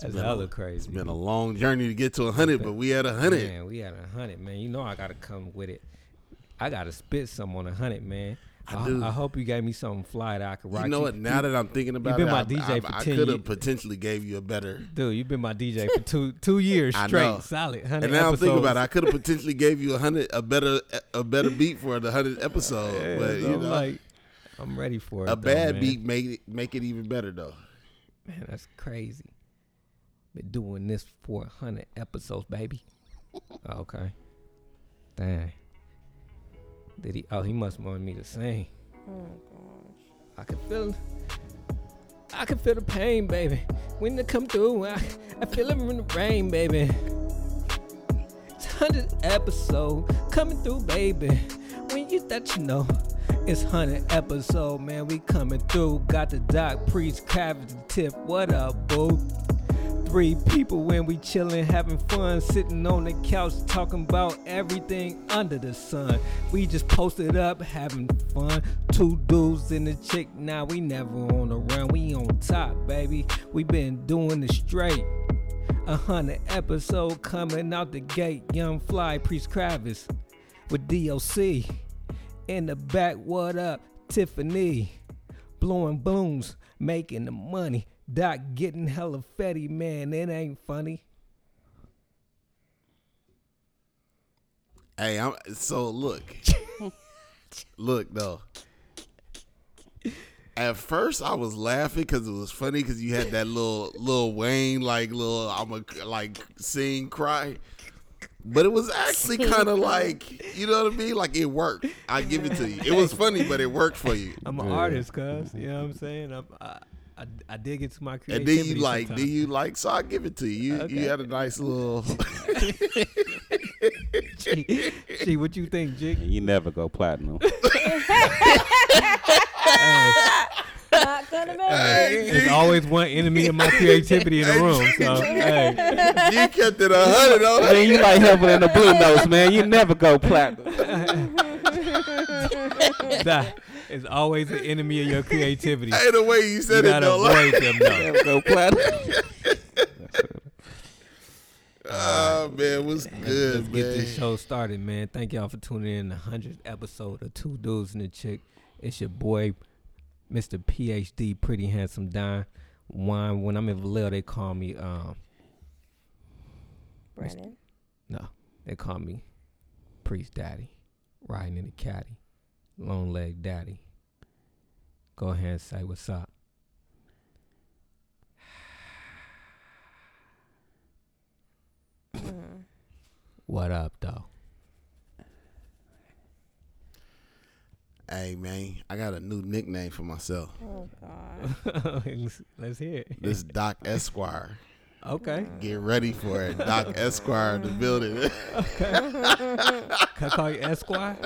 That's been a- hella crazy. It's been a long journey to get to 100, but we at 100. Man, we had a hundred, man. You know I gotta come with it. I gotta spit some on a hundred, man. I do. I hope you gave me something fly that I could rock. You know what? Now that I'm thinking about been it, my I- DJ I, for 10 I could years. have potentially gave you a better. dude, you've been my DJ for two two years I know. straight, solid hundred. And now I'm episodes. thinking about it, I could have potentially gave you a hundred, a better, a better beat for the hundred episode. Yeah, but so you I'm know, like, I'm ready for it. a though, bad man. beat made it make it even better though. man. That's crazy. Been doing this for hundred episodes, baby. Okay. Dang. Did he? Oh, he must want me to sing. I can feel. I can feel the pain, baby. When they come through, I, I feel it in the rain, baby. It's 100 episode coming through, baby. When you thought you know, it's 100 episode, man. We coming through. Got the doc, priest, cavity tip. What up, boo? Three people when we chillin', having fun, sitting on the couch talking about everything under the sun. We just posted up, having fun. Two dudes and a chick. Now we never on the run. We on top, baby. We been doing it straight. A hundred episode coming out the gate. Young Fly Priest Kravis with DOC. In the back, what up, Tiffany? Blowing blooms, making the money. Doc getting hella fetty, man. It ain't funny. Hey, I'm so look, look though. At first, I was laughing because it was funny because you had that little little Wayne like little I'm a like sing cry, but it was actually kind of like you know what I mean. Like it worked. I give it to you. It was funny, but it worked for you. I'm an artist, cuz. You know what I'm saying? I'm, I, I, I dig into my And creativity. then you like, sometimes. then you like, so I give it to you. You, Okay. you had a nice little. Gee, gee, what you think, Jig? And you never go platinum. Not gonna make it. There's always one enemy of my creativity in the room. So, hey, you kept it a hundred on it. man, you like helping in the blue notes, man. You never go platinum. Doc, it's always the enemy of your creativity. Hey, the way you You said it gotta though, like, avoid them, though. never go platinum. oh man, what's Let's good, get this man? show started, man. Thank y'all for tuning in to the hundredth episode of Two Dudes and a Chick. It's your boy, Mr. PhD, pretty handsome Don. Wine. When I'm in Vallejo, they call me um Brandon. no, they call me Priest Daddy, riding in the caddy, long leg daddy. Go ahead and say what's up. Mm. What up, though? Hey man, I got a new nickname for myself. Oh God. let's, let's hear it. This Doc Esquire. Okay, Get ready for it, Doc Esquire in the building. can I call you Esquire?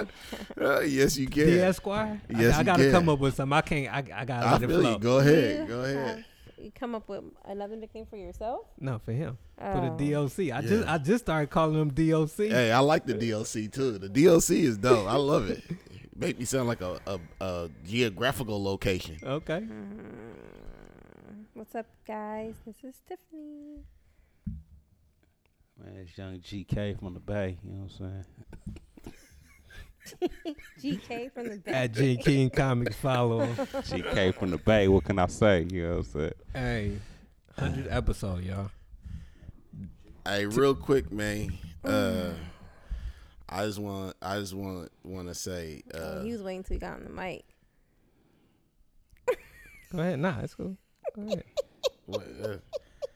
Uh, yes, you The can. Esquire? Yes, I, I you gotta can. come up with something. I can't. I, I gotta I let it feel flow. you. Go ahead. Go ahead. You come up with another nickname for yourself? No, for him. Oh. For the DOC. I just Yeah. I just started calling him DOC. Hey, I like the DLC too. The DLC is dope. I love it. Make me sound like a, a, a geographical location. Okay. Mm-hmm. What's up, guys? This is Tiffany. Man, it's young GK from the Bay. You know what I'm saying? GK from the back. At G King Comics follow. him. GK from the Bay. What can I say? You know what I'm saying? hey. Hundred episode, y'all. Hey, real quick, man. Uh, I just want I just want want to say uh, Oh, he was waiting till he got on the mic. Go ahead. Nah, it's cool. Go ahead. what- uh,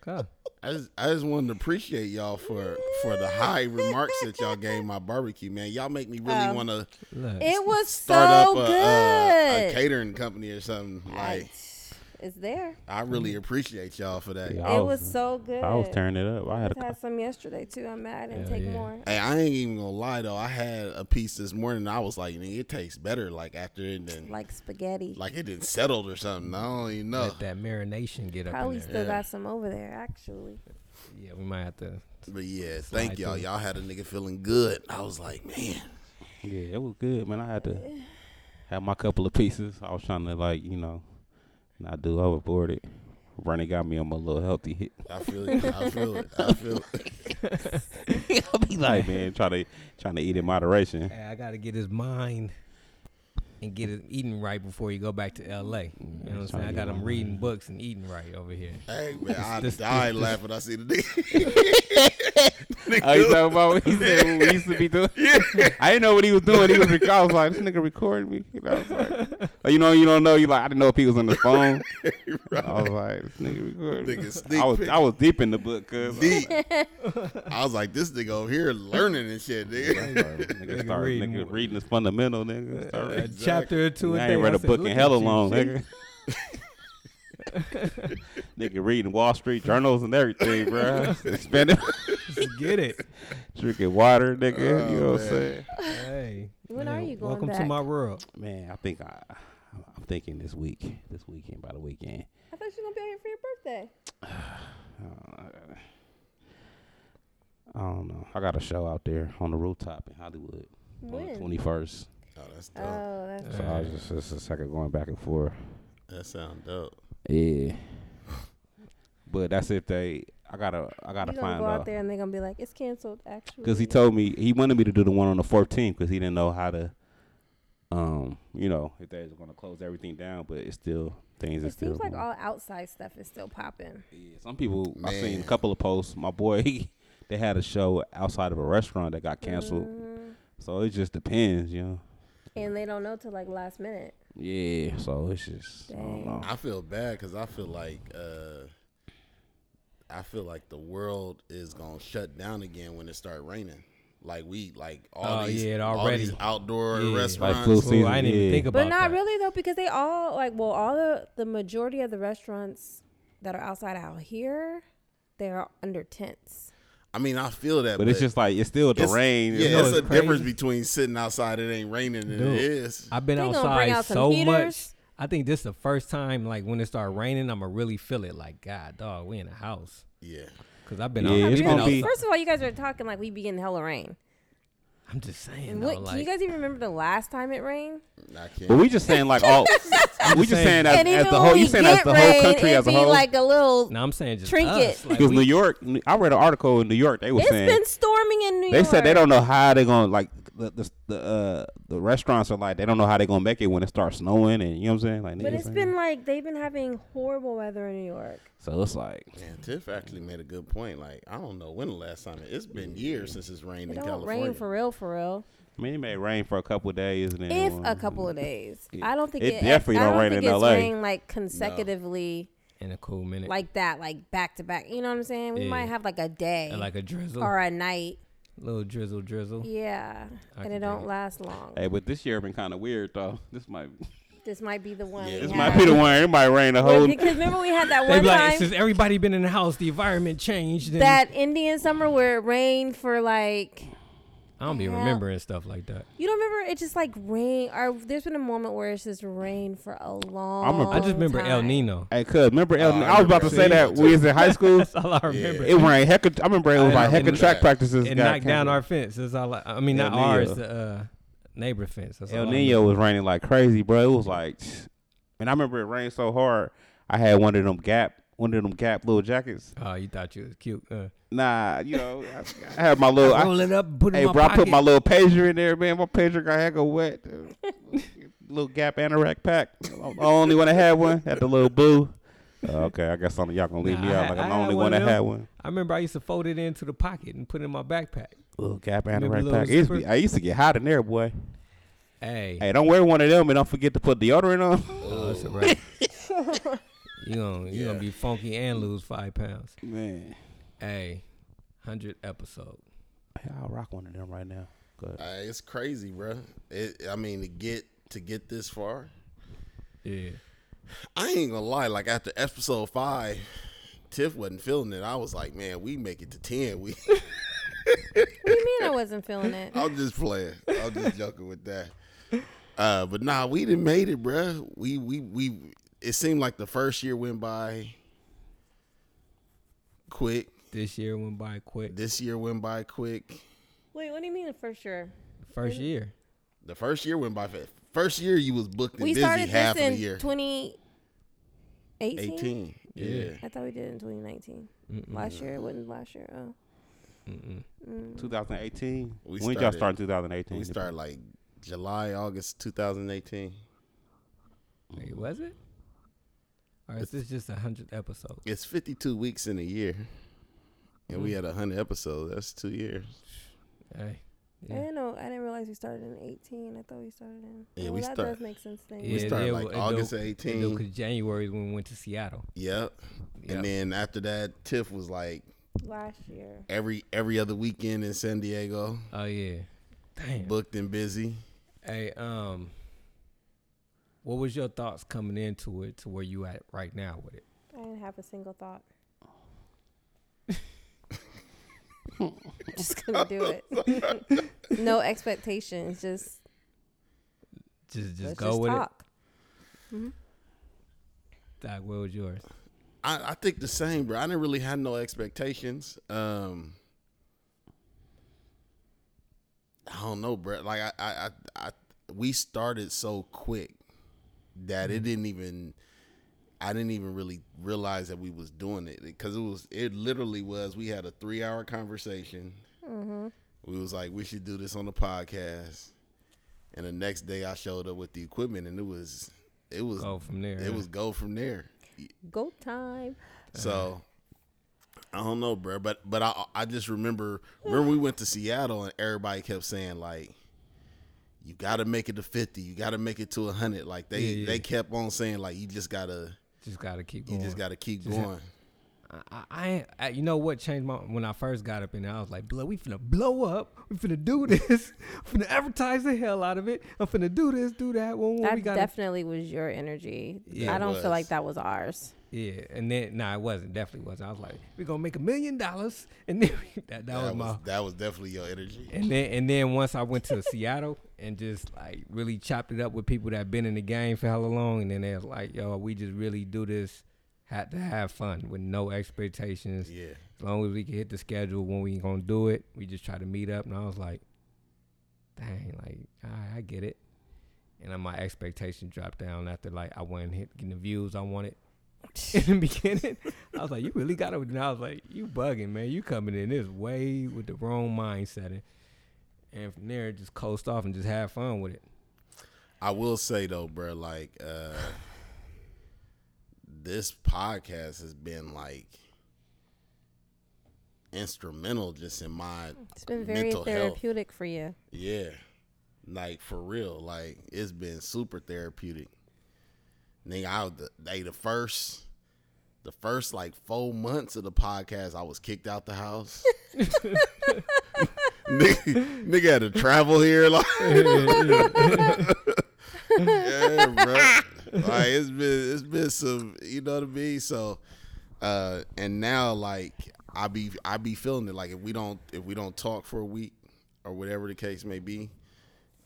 Go. I just I just wanted to appreciate y'all for for the high remarks that y'all gave my barbecue, man. Y'all make me really Um, want to Look. It was start so up a, good. uh, a catering company or something. Like I- it's there. I really appreciate y'all for that. Yeah. I It was- was so good. I was turning it up. I had a I had some yesterday too. I'm mad I didn't Hell take yeah. more. Hey, I ain't even gonna lie though. I had a piece this morning. I was like, "Nigga, it tastes better like after it than Like spaghetti. like it didn't settled or something. I don't even know. Let that marination get up Probably in there. still Yeah. got some over there actually. Yeah, we might have to But yeah, Slide thank y'all. through. Y'all had a nigga feeling good. I was like, man, Yeah, it was good, man. I had to have my couple of pieces. I was trying to like, you know, not do overboard it. Ronnie got me on my little healthy hit. I feel it. I feel it. I feel it. I'll be like, man, trying to trying to eat in moderation. Hey, I gotta get his mind and get his eating right before you go back to L.A. You know what I'm saying? I got him reading books and eating right over here. Hey man, I this- died laughing. I see the nigga. Oh, you talking about what he said what we used to be doing? I didn't know what he was doing. He was rec- I was like, this nigga recording me. And I was like, oh, you know, you don't know. You like, I didn't know if he was on the phone. I was like, this nigga recording. me. Nigga sneak I was pic. I was deep in the book, cuz. deep. I was like, this nigga over here learning and shit, nigga. Nigga, start, reading. nigga reading is fundamental, nigga. Start A reading. chapter or two. I day. ain't read a said, book "Look in hella at you, long, shit." nigga. nigga reading Wall Street journals and everything, bro. Spending, Just get it. drinking water, nigga. you Oh, know what I'm man. saying? Hey. When are you going Welcome to back? my world. Man, I think I, I'm thinking this week, this weekend, by the weekend. I thought you were gonna be out here for your birthday. Uh, I don't know. I got a show out there on the rooftop in Hollywood on the When? 21st. Oh, that's dope. Oh, that's So I was just, it's just like going back and forth. that sound dope. Yeah. But that's if they, I gotta, I gotta you gonna find go out. out there and they're gonna be like, it's canceled. Actually, Because he told me he wanted me to do the one on the 14th because he didn't know how to, um, you know, if they was going to close everything down, but it's still things. It is still seems like going. all outside stuff is still popping. Yeah, some people I seen Man. a couple of posts. My boy, he, they had a show outside of a restaurant that got canceled, Mhm. so it just depends, you know. And they don't know till like last minute. Yeah, so it's just I don't Dang. know. I feel bad because I feel like uh, I feel like the world is gonna shut down again when it start raining. Like we like all Oh, these yeah, it all already- these outdoor Yeah. restaurants. Like flu Ooh, I didn't Yeah. even think about But not that. really though, because they all like well, all the the majority of the restaurants that are outside out here, they are under tents. I mean, I feel that, But it's just like it's still the it's- rain. Yeah, know it's, it's a crazy? difference between sitting outside it ain't raining and Dude. it is. I've been They gonna outside bring out some so much. heaters. I think this is the first time, like when it start raining, I'ma really feel it. Like God, dog, we in the house. yeah, Cause I've been. Yeah, out- I've it's been gonna be- outside. First of all, you guys are talking like we be in hella rain. I'm just saying. And Though, what, like, can you guys even remember the last time it rained? I But can't. we just saying like all. we just saying saying- as, and even as the when whole. we You saying get as the rain, whole country it as a be whole. like a little. no, I'm saying just Trinket. us. Like, because we- New York, I read an article in New York. They were It's saying been storming in New They York. said they don't know how they're gonna like the the the, uh, the restaurants are like they don't know how they're gonna make it when it starts snowing and you know what I'm saying like But niggas it's ain't- been like they've been having horrible weather in New York. so it's like Man, Tiff actually made a good point. Like I don't know when the last time it, has been years since it's rained It in don't California. rain for real, for real. I mean it may rain for a couple of days and then If it'll- a couple of days, It- I don't think it it, definitely I don't don't rain think in it's LA. rained, like consecutively in a cool minute, like, like that, like back to back. You know what I'm saying? We Yeah. might have like a day like a drizzle, or a night. little drizzle, drizzle. Yeah, I and can it don't dig it. last long. Hey, but this year been kind of weird though. This might This might be the one. Yeah, we this this have. might be the one. It might rain the Wait, whole. because remember we had that They one be like, time since everybody been in the house, the environment changed. And that Indian summer where it rained for like I don't be hell- remembering stuff like that. you don't remember it just like rain or there's been a moment where it's just rained for a long. I just remember El time. Nino. Hey, cuz remember El, Oh, I I was about to remember say that. that we was in high school. That's all I remember. It rained heck. of- I remember it was I like heck of remember track that. practices. It got knocked down canceled. our fence. That's all. I, I mean, El not ours, Niño. the uh, neighbor fence. That's El all I Nino was raining like crazy, bro. It was like, and I remember it rained so hard. I had one of them Gap, one of them Gap little jackets. remember. Oh, you thought you was cute. Uh, Nah, you know, I, I had my little. I, roll it up, put it hey, in my bro, I put pocket. my little pager in there, man. My pager got heck of wet. little Gap anorak pack. I only one that had one had the little boo. Uh, okay, I guess some of y'all gonna leave me Nah, I out. had- Like I'm the I had only one one of that them. had one. I remember I used to fold it into the pocket and put it in my backpack. Little Gap Remember anorak little pack. It used to zipper? be- I used to get hot in there, boy. Hey, Hey, don't wear one of them and don't forget to put deodorant on. oh, that's a wrap. you gonna you Yeah. gonna be funky and lose five pounds. Man, Hey, hundred episode. I'll rock one of them right now. Go ahead. Uh, it's crazy, bro. It, I mean, to get to get this far, Yeah, I ain't gonna lie. Like after episode five, Tiff wasn't feeling it. I was like, man, we make it to ten. We, What do you mean I wasn't feeling it? I'm just playing. I'm just joking with that. Uh, but nah, we done made it, bruh. We we we. It seemed like the first year went by quick. this year went by quick. This year went by quick. Wait, what do you mean for sure? First year. The first year went by fast. First year you was booked and We busy started half this of the in year. 2018. 18. Yeah. I thought we did it in 2019. Mm-mm. Last year it wasn't last year. Oh. Mm-mm. Mm. 2018. We when did y'all started- start in 2018? We started like July, August 2018. Wait, was it? Or is this just a hundredth episode? It's 52 weeks in a year. And we had 100 episodes. That's two years. Hey, I yeah. didn't know. I didn't realize we started in 18. I thought we started in. Yeah, Oh, we that start- does make sense. Then. Yeah, we started yeah, like well, it August don't- of Because 18. January is when we went to Seattle. Yep. Yep. And then after that, Tiff was like Last year. every every other weekend in San Diego, oh yeah, damn. booked and busy. Hey, um, what was your thoughts coming into it to where you at right now with it? I didn't have a single thought. just gonna do it. no expectations. Just Just, just let's go just with talk. it. Doc, what was yours? I, I think the same, bro. I didn't really have no expectations. Um, I don't know, bro. Like I, I, I, I we started so quick that Mm-hmm. it didn't even. I didn't even really realize that we was doing it because it was. It literally was. We had a three hour conversation. Mm-hmm. We was like, we should do this on the podcast. And the next day, I showed up with the equipment, and it was, it was, Go from there. it was go from there. Go time. So I don't know, bro. But but I I just remember remember we went to Seattle and everybody kept saying like, you got to make it to fifty, you got to make it to hundred. Like they Yeah, yeah. they kept on saying like, you just gotta just gotta keep you going. just gotta keep Just- going. I, I- I, I, you know what changed my when I first got up in there, I was like, "Blood, we finna blow up. We finna do this. finna advertise the hell out of it. I'm finna do this, do that. When, when we That got definitely was your energy. Yeah, I it don't was. feel like that was ours. yeah." And then, nah, it wasn't. Definitely wasn't. I was like, "We gonna make a million dollars." And then we, that, that, That, was was, my. that was definitely your energy. And then, and then once I went to Seattle and just like really chopped it up with people that been in the game for hella long, and then they was like, "Yo, we just really do this." Had to have fun with no expectations. Yeah, as long as we can hit the schedule when we gonna do it, we just try to meet up. And I was like, dang, like all right, I get it. And then my expectation dropped down after like I wasn't hit, getting the views I wanted in the beginning. I was like, you really got it. And I was like, you bugging, man. You coming in this way with the wrong mindset. And, and from there, just coast off and just have fun with it. I will say though, bro, like uh, this podcast has been like instrumental just in my It's been very Mental health. therapeutic for you. Yeah. Like for real. Like it's been super therapeutic. Nigga, I was the, they the first the first like four months of the podcast, I was kicked out the house. nigga, nigga had to travel here like Yeah, bro. Like it's been it's been some you know what I mean? So uh and now like I be I be feeling it like if we don't if we don't talk for a week or whatever the case may be.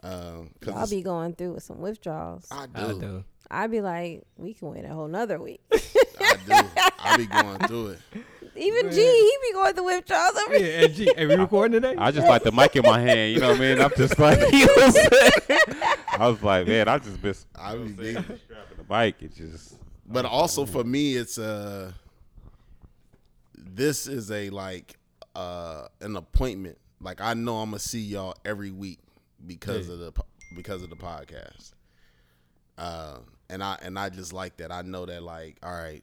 Um, I'll cause be going through with some withdrawals. I I do, do. I'd be like, we can wait a whole nother week. I do, I be going through it. Even G, he be going through withdrawals over Yeah, and gee, are we recording today? I just like the mic in my hand, you know what I mean? I'm just like, you know what I'm saying? I was like, man, I just miss I be digging. the mic. It just, but also for me, it's uh, this is a like uh an appointment. Like I know I'm gonna see y'all every week because of the po- because of the podcast. Uh, and I and I just like that. I know that like all right,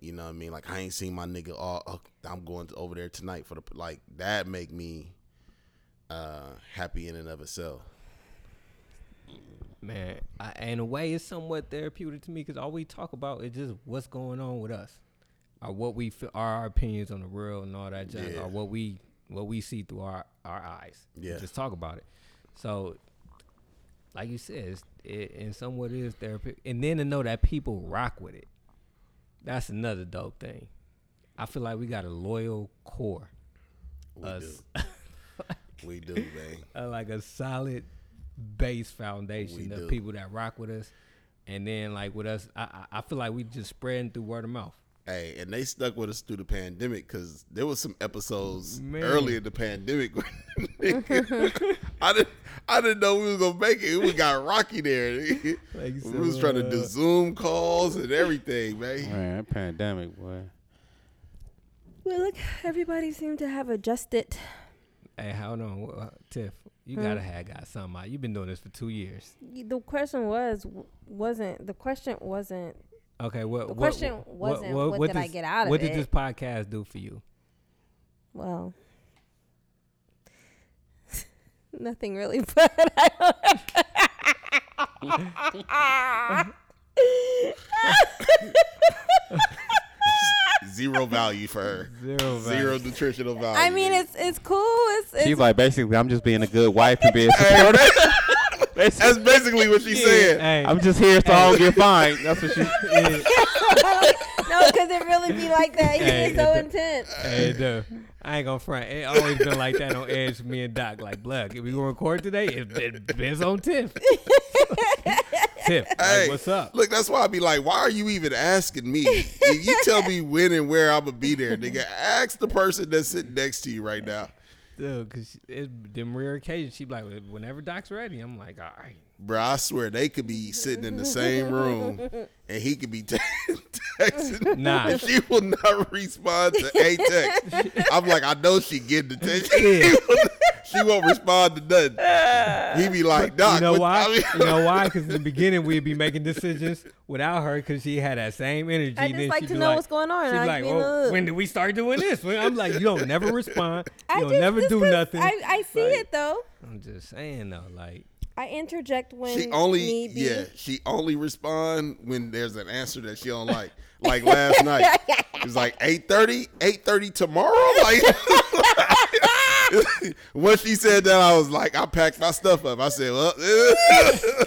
you know what I mean. Like I ain't seen my nigga. All oh, I'm going to, over there tonight for the like that make me uh happy in and of itself. Man, I, in a way, it's somewhat therapeutic to me because all we talk about is just what's going on with us, or what we feel, or our opinions on the world and all that jazz, Yeah. or what we what we see through our our eyes. We Yeah. just talk about it. So, like you said, it's, it in somewhat is therapeutic, and then to know that people rock with it, that's another dope thing. I feel like we got a loyal core, We Us. do. we do, man. uh, like a solid base foundation We of do. people that rock with us. And then like with us, I, I I feel like we just spreading through word of mouth. Hey, and they stuck with us through the pandemic because there was some episodes Man. early in the pandemic. I didn't. I didn't know we was gonna make it. We got Rocky there. Like you we said, was trying to do uh, Zoom calls and everything, man. Man, that pandemic, boy. Well, look, everybody seemed to have adjusted. Hey, hold on, wha- uh, Tiff. You Hmm? gotta have got somebody. You've been doing this for two years. The question was wasn't the question wasn't Okay, what? The what- question what, wasn't, what did I does- get out of What it? did this podcast do for you? well nothing really, but I Zero value for her. Zero. Zero nutritional value. I mean it's it's cool. It's, it's She's like, basically, I'm just being a good wife and being supportive. that's basically what she said. Hey, I'm just here so I don't get fined. That's what she. no, because it really be like that. Hey, It's so it- intense. hey, dude. I ain't gonna front. It always been like that on Edge. with Me and Doc, like, look, if we gonna record today, it, it, it's on Tiff. Tiff, Hey, like, what's up? Look, that's why I be like, why are you even asking me? if you tell me when and where I'm gonna be there, nigga, ask the person that's sitting next to you right now. Dude, cause it, them rare occasions, she be like, whenever Doc's ready, I'm like, all right. Bro, I swear they could be sitting in the same room and he could be te- texting. Nah. And she will not respond to a text. I'm like, I know she getting the text. Yeah. she won't respond to nothing. He be like, Doc, you know what- why? I mean- you know why? Because in the beginning we'd be making decisions without her because she had that same energy. I just Then like she'd to be know what's going on, She'd and I be like, give me a well, look." when did we start doing this? Well, I'm like, you don't never respond. You I don't just- never just do 'cause nothing. I, I see Like, it though. I'm just saying though, like, I interject when she only need be. yeah she only respond when there's an answer that she don't like like last night it was like 8.30 8.30 tomorrow like when she said that i was like i packed my stuff up i said well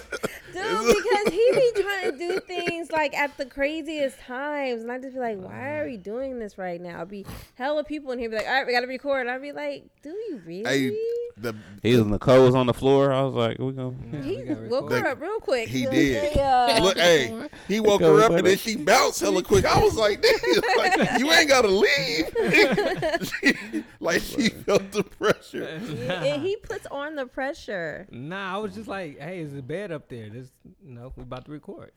Dude, because he be trying to do things like at the craziest times, and I just be like, "Why are we doing this right now?" I'll be hella people in here be like, "All right, we gotta record." And I'll be like, "Do you really?" hey the He was Nicole was on the floor. I was like, we going yeah, he we gotta woke record. her up real quick. he Like, did. hey, uh, Look, hey, he woke her up and then she bounced hella quick. I was like, damn, like, you ain't gotta leave. She- like she felt the pressure. and he puts on the pressure. Nah, I was just like, hey, is the bed up there? This, you know, we about to record.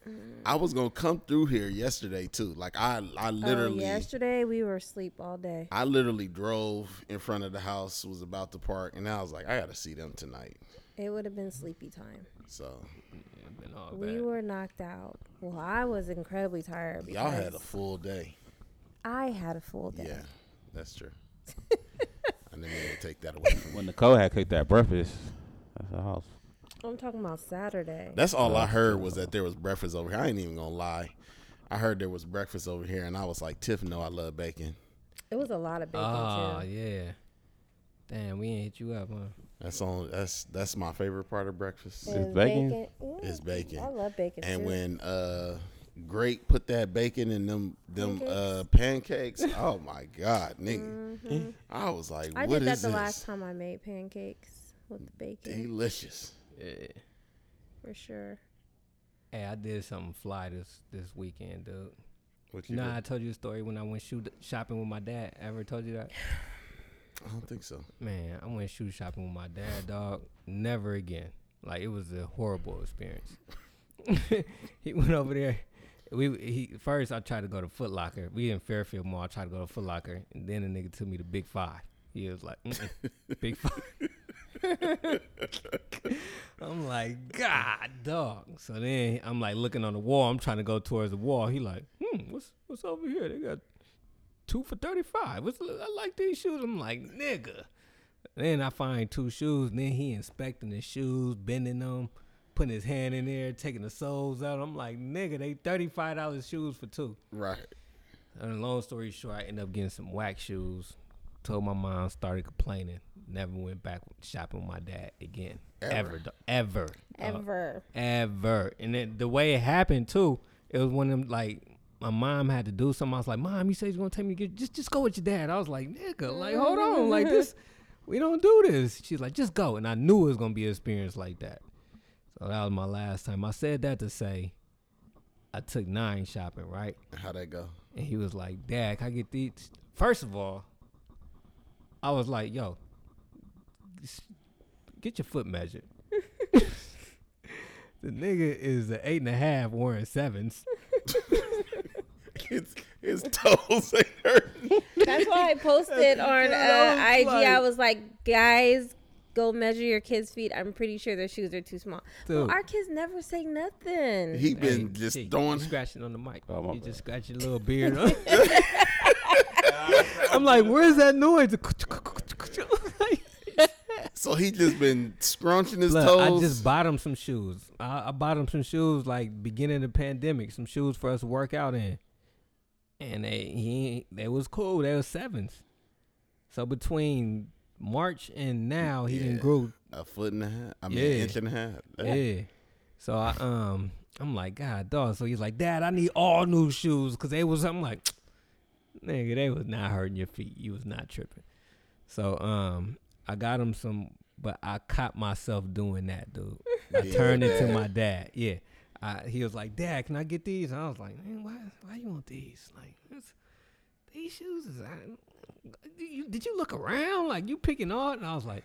I was gonna come through here yesterday too. Like I, I literally, Oh, yesterday we were asleep all day. I literally drove in front of the house, was about to park, and I was like, I gotta see them tonight. It would have been sleepy time. So Yeah, been all We bad. were knocked out. Well, I was incredibly tired. y'all had a because full day. I had a full day. Yeah, that's true. I didn't even take that away from you. When Nicole had cooked that breakfast, "Oh, that's the house. I'm talking about Saturday. That's all I heard was that there was breakfast over here. I ain't even gonna lie. I heard there was breakfast over here, and I was like, Tiff, no, I love bacon. it was a lot of bacon Oh too. yeah. Damn, we ain't hit you up, huh? That's on. That's that's my favorite part of breakfast. It's bacon? Ooh, It's bacon. Mm, I love bacon. And too. when uh Great put that bacon in them them uh pancakes, oh my god, nigga. I was like, Mm. Mm-hmm. I what did that is the this? last time I made pancakes with the bacon Delicious. Yeah. for sure. Hey, I did something fly this this weekend, dude. What Nah, I told you a story when I went shoot shopping with my dad. Ever told you that? I don't think so. Man, I went shoe shopping with my dad, dog. Never again. Like it was a horrible experience. he went over there. We he first I tried to go to Foot Locker. We in Fairfield Mall. I tried to go to Foot Locker, and then the nigga took me to Big Five. He was like, "Mm-mm, Big Five. I'm like, God, dog. So then I'm like looking on the wall. I'm trying to go towards the wall. He like, hmm, what's what's over here? They got two for thirty five. What's I like these shoes. I'm like, nigga. Then I find two shoes. Then he inspecting the shoes, bending them, putting his hand in there, taking the soles out. I'm like, nigga, they thirty five dollars shoes for two. Right. And long story short, I ended up getting some wax shoes. Told my mom, started complaining. Never went back shopping with my dad again. Ever, dog. ever, Uh-huh. ever, Ever. ever. And then the way it happened too, it was one of them like. My mom had to do something. I was like, "Mom, you said you're gonna take me to get just just go with your dad." I was like, "Nigga, like hold on, like this, we don't do this." She's like, "Just go," and I knew it was gonna be an experience like that. So that was my last time. I said that to say, I took nine shopping, right? How'd that go? And he was like, Dad, can I get these? First of all, I was like, yo, s- Get your foot measured. the nigga is an eight and a half wearing sevens. His, his toes ain't hurting. That's why I posted on uh, I IG. was like- I was like, guys, go measure your kids' feet. I'm pretty sure their shoes are too small. Well, Dude. our kids never say nothing. He been Hey, just shit, you throwing. scratching on the mic. Oh, my you bad. just scratch your little beard. on. I'm like, where's that noise? Look, So he just been scrunching his I toes. just bought him some shoes. I, I bought him some shoes like beginning of the pandemic, some shoes for us to work out in, and they he they was cool. They was sevens. So between March and now, he didn't Yeah. grow a foot and a half. I mean, Yeah. an inch and a half. Yeah. So I um I'm like, God dog. So he's like, Dad, I need all new shoes. Cause they was I'm like, nigga, they was not hurting your feet. You was not tripping. So um I got him some but I caught myself doing that, dude. I Yeah. turned it to my dad. Yeah. I, he was like, Dad, can I get these? And I was like, Man, why why you want these? Like it's, these shoes is I, did you, did you look around? Like you picking all and I was like,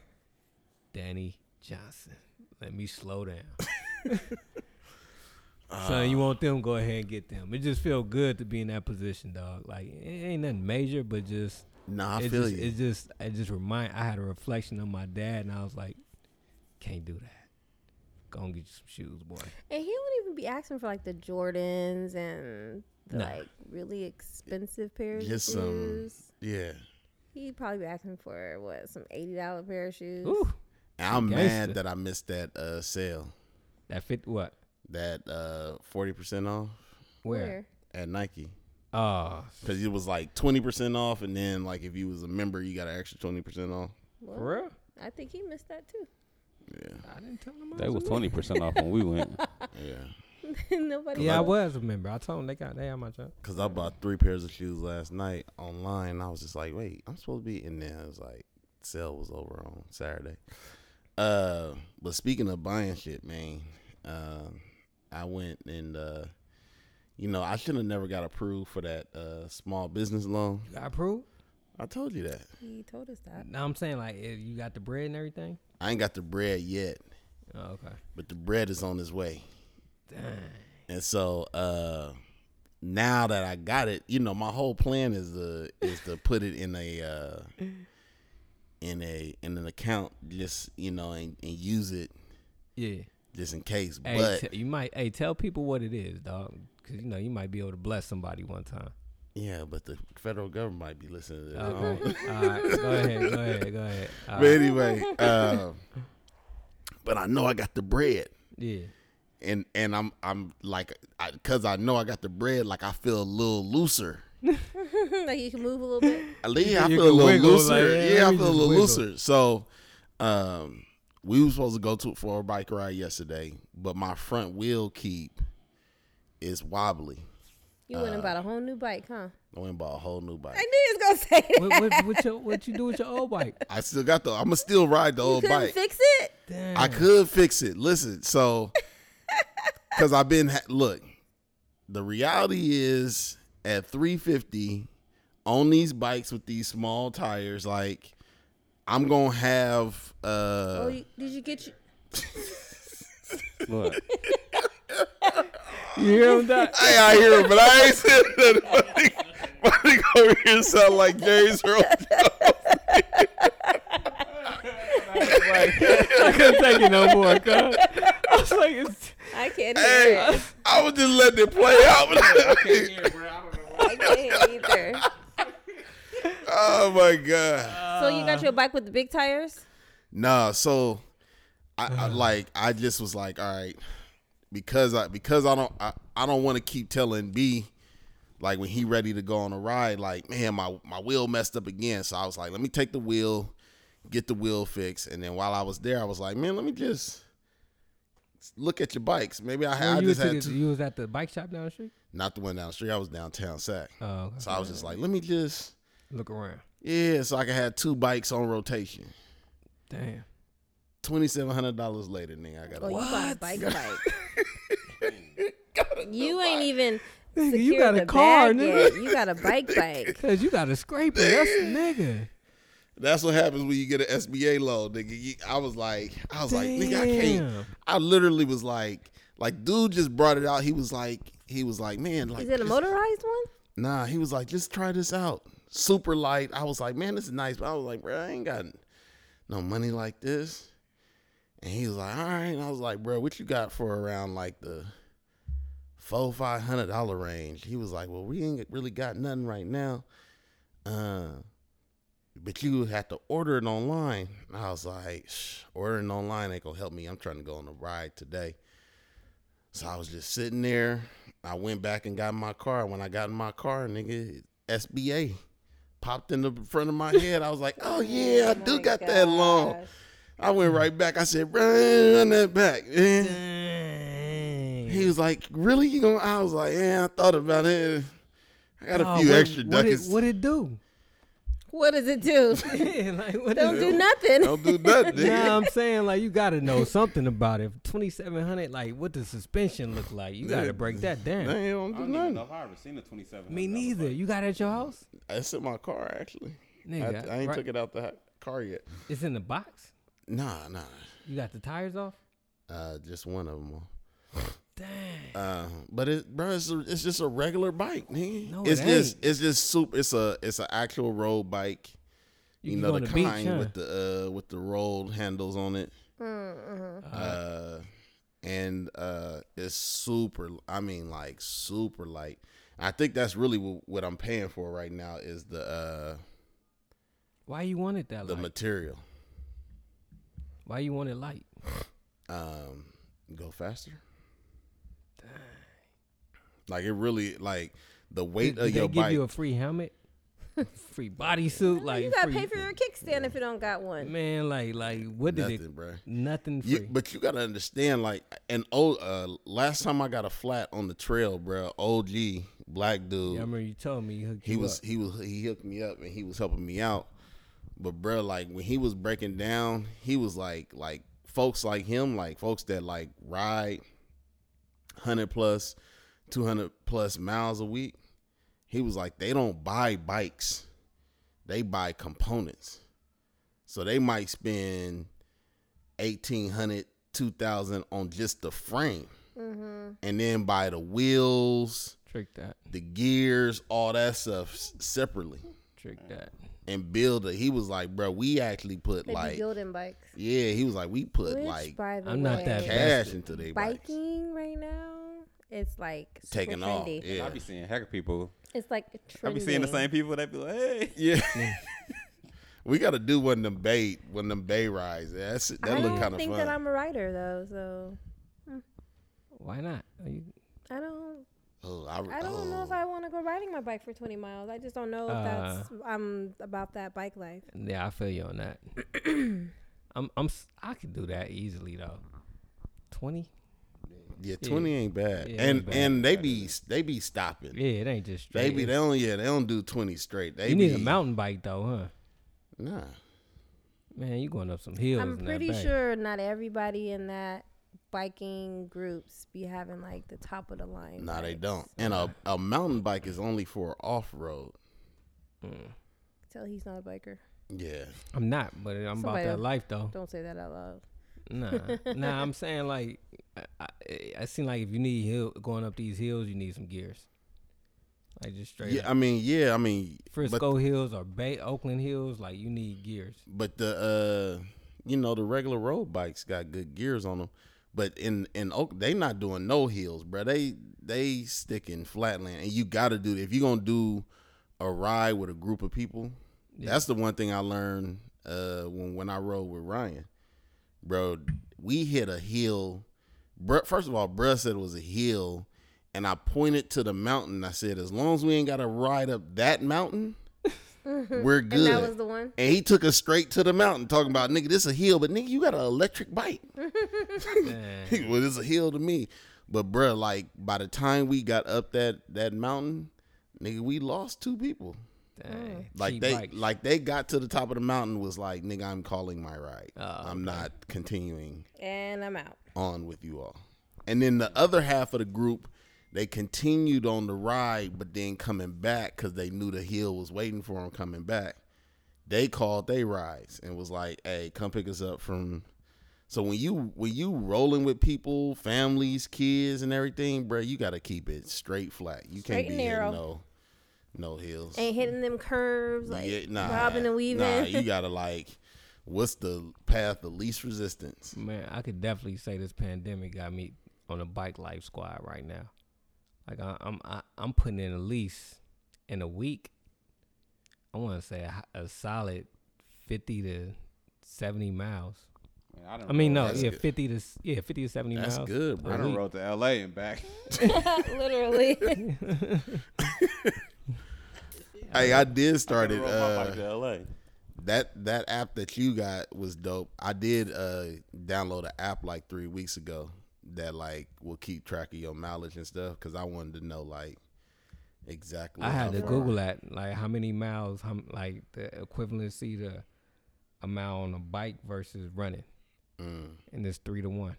Danny Johnson. Let me slow down. Son, you want them? Go ahead and get them. It just feel good to be in that position, dog. Like it ain't nothing major, but just Nah, I it feel just, you. It just it just remind. I had a reflection on my dad, and I was like, can't do that. Go and get you some shoes, boy. And he wouldn't even be asking for like the Jordans and the, Nah. like really expensive pairs Just of some- shoes. Yeah. He'd probably be asking for what some eighty dollar pair of shoes. Ooh, And I'm Gangsta. mad that I missed that uh, sale. that fit what? That uh, 40% off Where? at Nike. Oh, Because it was like 20% off. And then, like, if you was a member, you got an extra 20% off. Well, for real? I think he missed that too. Yeah. I didn't tell him. I They a was member. twenty percent off when we went. Yeah. Nobody. Yeah, I knows. was a member. I told him they got they had my job. Cause I bought three pairs of shoes last night online. I was just like, wait, I'm supposed to be in there. It was like sale was over on Saturday. Uh, but speaking of buying shit, man, uh, I went and uh, you know I should have never got approved for that uh, small business loan. You got approved? I told you that. He told us that. No, I'm saying like if you got the bread and everything. I ain't got the bread yet, Oh, okay. but the bread is on its way. Dang. And so uh now that I got it, you know, my whole plan is to is to put it in a uh in a in an account just, you know, and, and use it Yeah. just in case. Hey, but te- you might hey tell people what it is, dog, because you know you might be able to bless somebody one time. yeah, but the federal government might be listening to this. All right, all right, go ahead, go ahead, go ahead. All But right, anyway, uh, but I know I got the bread. Yeah, And and I'm I'm like I, cause I know I got the bread, like I feel a little looser. Hmm, like you can move a little bit. I, lean- you I feel a can little wiggle, looser. like, yeah, yeah, let I me feel a just little wiggle. looser. So, um, we were supposed to go to for a bike ride yesterday, but my front wheel keep is wobbly. You went Uh, and bought a whole new bike, huh? I went and bought a whole new bike. I knew he was gonna say that. what, what, what, your, what you do with your old bike? I still got the. I'm gonna still ride the old Couldn't bike. fix it. Damn. I could fix it. Listen, so because I've been ha- look. The reality is at 350 on these bikes with these small tires, like I'm gonna have. uh oh, you, did you get your? Look, You hear him, doc? Hey, I hear him, but I ain't saying nothing. My nigga- my nigga over here sound like James Earl Jones. I couldn't take it no more, cuz. I was like, it's, I can't hear. Hey, it. I was just letting it play out. I can't hear it either. oh my god. so you Uh. got your bike with the big tires? Nah, so I, I like I just was like, all right, because I because I don't I, I don't want to keep telling B like when he ready to go on a ride, like man, my my wheel messed up again. So I was like, let me take the wheel, get the wheel fixed, and then while I was there, I was like, man, let me just look at your bikes. Maybe I, had I you, was just to had the, to you was at the bike shop down the street? not the one down the street. I was downtown Sac, Oh, okay. so I was just like, let me just look around. yeah, so I could have two bikes on rotation. Damn. Twenty seven hundred dollars later, nigga, I got. Oh, a you bought a bike bike. you ain't even. Nigga, you secured got a the car, bag nigga. yet. You got a bike bike. Cuz you got a scraper. That's a nigga. That's what happens when you get an SBA loan, nigga. You- I was like, I was like, nigga, I can't. Damn. I literally was like, like, dude just brought it out. He was like, he was like, man, like, Is it a just- motorized one? Nah, he was like, just try this out. Super light. I was like, man, this is nice, but I was like, bro, I ain't got no money like this. And he was like, all right. And I was like, bro, what you got for around like the four five hundred dollar range? He was like, well, we ain't really got nothing right now. Uh, but you have to order it online. And I was like, Shh, ordering online ain't gonna help me. I'm trying to go on a ride today. So I was just sitting there. I went back and got in my car. When I got in my car, nigga, SBA popped in the front of my head. I was like, oh yeah, I do my got that long. Oh. gosh. I went right back. I said, run, run that back. man." He was like, really? You gonna? I was like, yeah, I thought about it. I got a Dog, few Oh, what- extra what it, ducats. what it do? What does it do? Yeah, like, what Don't it do nothing. Don't do nothing. nigga. Nah, I'm saying like you gotta know something about it. Twenty seven hundred, like what the suspension look like? You gotta break that down. They don't I do don't even nothing. know if I ever seen a 27. Me neither. You got it at your house, It's in my car actually. nigga. I, I ain't right- took it out the ha- car yet. It's in the box. Nah, nah. You got the tires off. Uh, just one of them. Dang. Uh, but it, bro, it's, a, it's just a regular bike, nigga. No, it's it just, ain't. it's just super. It's a, it's an actual road bike. You, can know go the on kind huh? with the uh, with the rolled handles on it. Uh, and uh, it's super. I mean, like super light. I think that's really what, what I'm paying for right now is the uh, Why you want it that the light? material. Why you want it light? um go faster. Like it really like the weight Did, of did they your give bike. you a free helmet, free bodysuit, like you gotta free, pay for your kickstand if you don't got one. man, like like what did nothing, it? bruh. Nothing free. You, but you gotta understand, like an old uh, last time I got a flat on the trail, bruh, OG black dude. Yeah, I remember you told me you hooked he you was up. he was he hooked me up and he was helping me out. But bruh, like when he was breaking down, he was like like folks like him, like folks that like ride hundred plus, two hundred plus miles a week. He was like they don't buy bikes, they buy components. So they might spend 1800 2000 on just the frame Mm-hmm. and then buy the wheels trick that, the gears, all that stuff s- separately trick Uh. that. and build it. He was like, bro, we actually put They be like, building bikes. yeah, he was like, we put Which, like by the I'm not that way, bad. cash into their bikes. biking right now. It's like super Taking off, trendy. yeah, I be seeing heck of people. It's like trendy. I be seeing the same people that be like, hey. yeah. we got to do one of them bay, one of them bay rides. That's I that don't look kind of think fun. that I'm a writer though, so Why not? Are you, I don't. oh, I, I don't know if I want to go riding my bike for 20 miles. I just don't know if that's Uh. I'm about that bike life. yeah, I feel you on that. I'm I'm s- I could do that easily though. Twenty? oh, Yeah, twenty ain't bad. Yeah, and ain't bad. and they be they be stopping. Yeah, it ain't just straight. They be they don't yeah they don't do twenty straight. They you be, need a mountain bike though, huh? Nah, Man, you going up some hills. I'm in that pretty thing. sure not everybody in that biking groups be having like the top of the line. nah, they bikes. don't. And a, a mountain bike is only for off road. Tell he's not a biker. Yeah. I'm not, but I'm about Somebody that else. life though. Don't say that out loud. Nah, nah. I'm saying like, I, I, I seem like if you need hill going up these hills, you need some gears. Like just straight. Yeah, up. I mean, yeah, I mean, but, Frisco Hills or Bay Oakland Hills, like you need gears. but the uh, you know, the regular road bikes got good gears on them. But in in Oak, they not doing no hills, bro. They they sticking flatland, and you got to do if you gonna do a ride with a group of people. That's the one thing I learned uh when when I rode with Ryan, bro. We hit a hill. Bruh, first of all, bruh said it was a hill, and I pointed to the mountain. I said, as long as we ain't got to ride up that mountain, we're good. And that was the one. And he took us straight to the mountain, talking about nigga, this a hill, but nigga, you got an electric bike. Man, well, it's a hill to me. But bruh, like by the time we got up that that mountain, nigga, we lost two people. Mm. dang. Like Cheap they bikes. like they got to the top of the mountain was like, nigga, I'm calling my ride. Oh, I'm not continuing And I'm out. on with you all. And then the other half of the group, they continued on the ride, but then coming back because they knew the hill was waiting for them coming back. They called they rides and was like, "Hey, come pick us up from." So when you when you rolling with people, families, kids, and everything, bruh, you gotta keep it straight flat. You can't Straight be and hitting narrow. no no hills. Ain't hitting them curves like Yeah, bobbing and weaving. Nah, you gotta like, what's the path of least resistance? Man, I could definitely say this pandemic got me on a bike life squad right now. Like I, I'm, I, I'm putting in at least in a week. I want to say a, h- a solid fifty to seventy miles. I, done I mean, no, rode- That's yeah, good. fifty to s- yeah, fifty to seventy That's miles. good, a bro. I done week. rode to L.A. and back. Literally. Hey, I did I done started rode my bike uh, to L.A. that that app that you got was dope. I did uh, download an app like three weeks ago that like will keep track of your mileage and stuff because I wanted to know like exactly. I had how to far. Google that, like how many miles, how m- like the equivalency to a mile on a bike versus running, Mm. and it's three to one.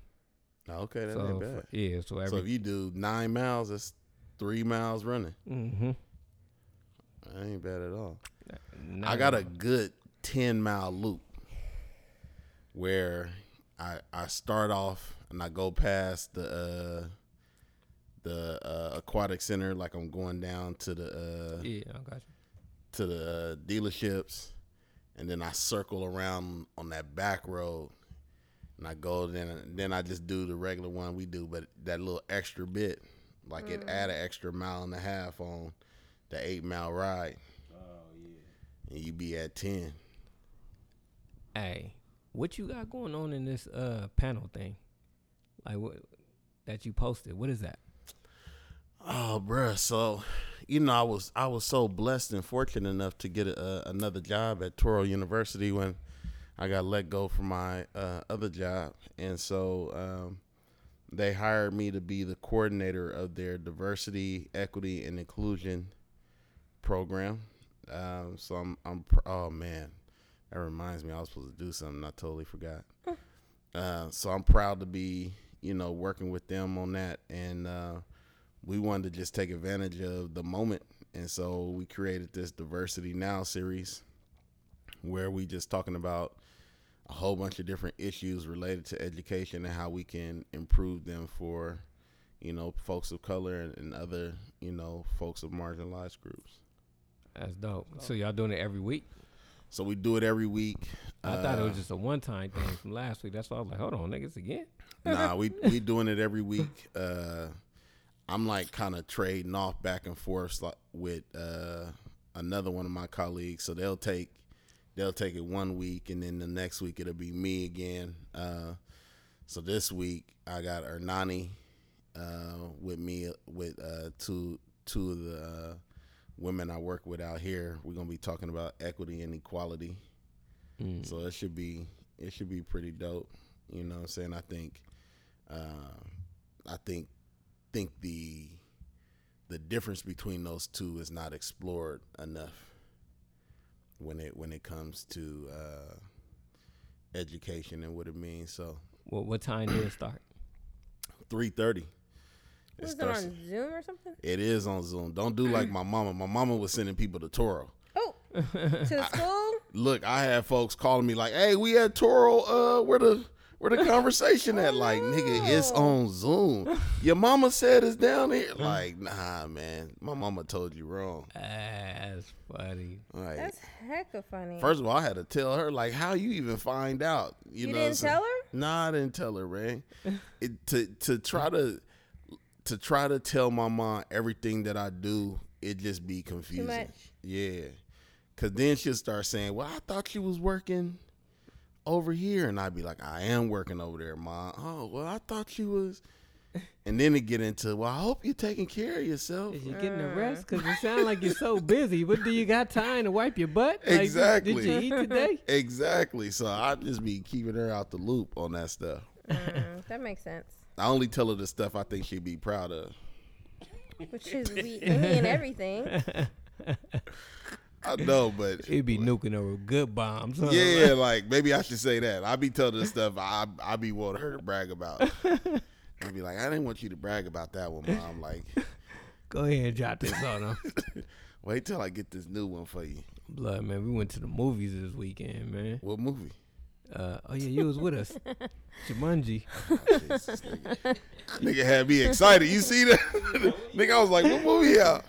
Oh, Okay, that so ain't bad. for- yeah, so So if every you do nine miles, that's three miles running. mm-hmm. That ain't bad at all. I got a good 10 mile loop where I I start off and I go past the uh the uh, aquatic center like I'm going down to the uh yeah, I got you. to the uh, dealerships and then I circle around on that back road and I go then then I just do the regular one we do but that little extra bit like it add an extra mile and a half on the 8 mile ride Oh yeah. and you be at 10 Hey, what you got going on in this uh panel thing? Like what that you posted? What is that? Oh, bruh. So, you know, I was I was so blessed and fortunate enough to get a, another job at Toro University when I got let go from my uh, other job, and so um, they hired me to be the coordinator of their diversity, equity, and inclusion program. Um, so I'm I'm pr- oh man, that reminds me I was supposed to do something I totally forgot. Uh, so I'm proud to be you know working with them on that and. Uh, we wanted to just take advantage of the moment and so we created this diversity now series where we just talking about a whole bunch of different issues related to education and how we can improve them for you know folks of color and, and other you know folks of marginalized groups That's dope. So y'all doing it every week? so we do it every week I thought it Uh, was just a one time thing from last week. That's why I was like, hold on, niggas again. nah, we we doing it every week. Uh, I'm like kind of trading off back and forth like, with uh, another one of my colleagues, so they'll take they'll take it one week, and then the next week it'll be me again. Uh, so this week I got Ernani uh, with me with uh, two two of the uh, women I work with out here. We're gonna be talking about equity and equality. Mm. So it should be it should be pretty dope. You know what I'm saying? I think uh, I think think the the difference between those two is not explored enough when it when it comes to uh, education and what it means. So Well, what time did it start? three thirty. Was it on Zoom or something? It is on Zoom. Don't do like my mama. My mama was sending people to Toro. Oh, to the school? Look, I had folks calling me like, "Hey, we at Toro. Uh, where the where the conversation at? Like, nigga, it's on Zoom. Your mama said it's down here. Like, nah, man. My mama told you wrong. Ah, That's funny. Like, That's hecka funny. first of all, I had to tell her like, how you even find out? You, know, you what I'm didn't saying? tell her? Nah, I didn't tell her, man. It, to to try to to try to tell my mom everything that I do, it just be confusing. much. Yeah, cause then she'll start saying, "Well, I thought you was working over here," and I'd be like, "I am working over there, mom." Oh, well, I thought you was. And then it get into, well, I hope you're taking care of yourself. Is you getting a rest? Because you sound like you're so busy. But do you got time to wipe your butt? Like, did- Exactly. Did you eat today? Exactly. So I just be keeping her out the loop on that stuff. Mm, that makes sense. I only tell her the stuff I think she'd be proud of. Which is we, me and everything. I know, but It'd be nuking over good bombs. huh? Yeah, like maybe I should say that. I be telling her stuff I I be wanting her to brag about. I be like, I didn't want you to brag about that one, mom. Like, Go ahead, jot this on 'em. wait till I get this new one for you. Blood, man. We went to the movies this weekend, man. What movie? Uh, oh yeah, you was with us. Jumanji. Ah, Jesus, nigga. nigga had me excited. You see that? nigga, I was like, what movie out?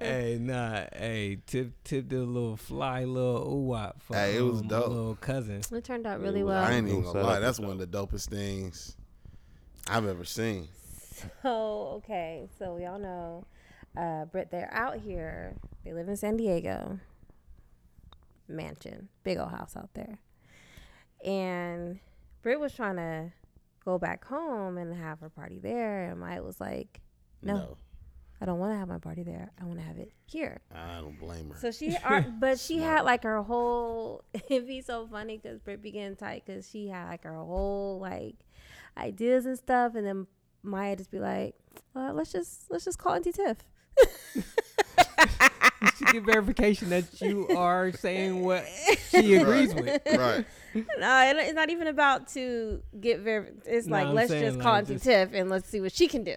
hey, nah. Hey, Tip, Tip did a little fly, little ooh wop for Hey, it was um, my dope. little cousin. It turned out really was- well. I ain't even Ooh, gonna shut lie. up, That's shut one of the dopest things I've ever seen. So Oh, okay, so y'all know, uh, Britt, they're out here. They live in San Diego. Mansion, big old house out there, and Britt was trying to go back home and have her party there, and Mike was like, "No, I don't want to have my party there. I want to have it here." I don't blame her. So she, ar- but she had like her whole. It'd be so funny because Britt began tight because she had like her whole like ideas and stuff, and then Maya just be like, uh, "Let's just let's just call Auntie Tiff." to get verification that you are saying what she agrees with. right. No, it, it's not even about to get very. It's No, like I'm let's saying, just call like, Auntie just- Tiff and let's see what she can do,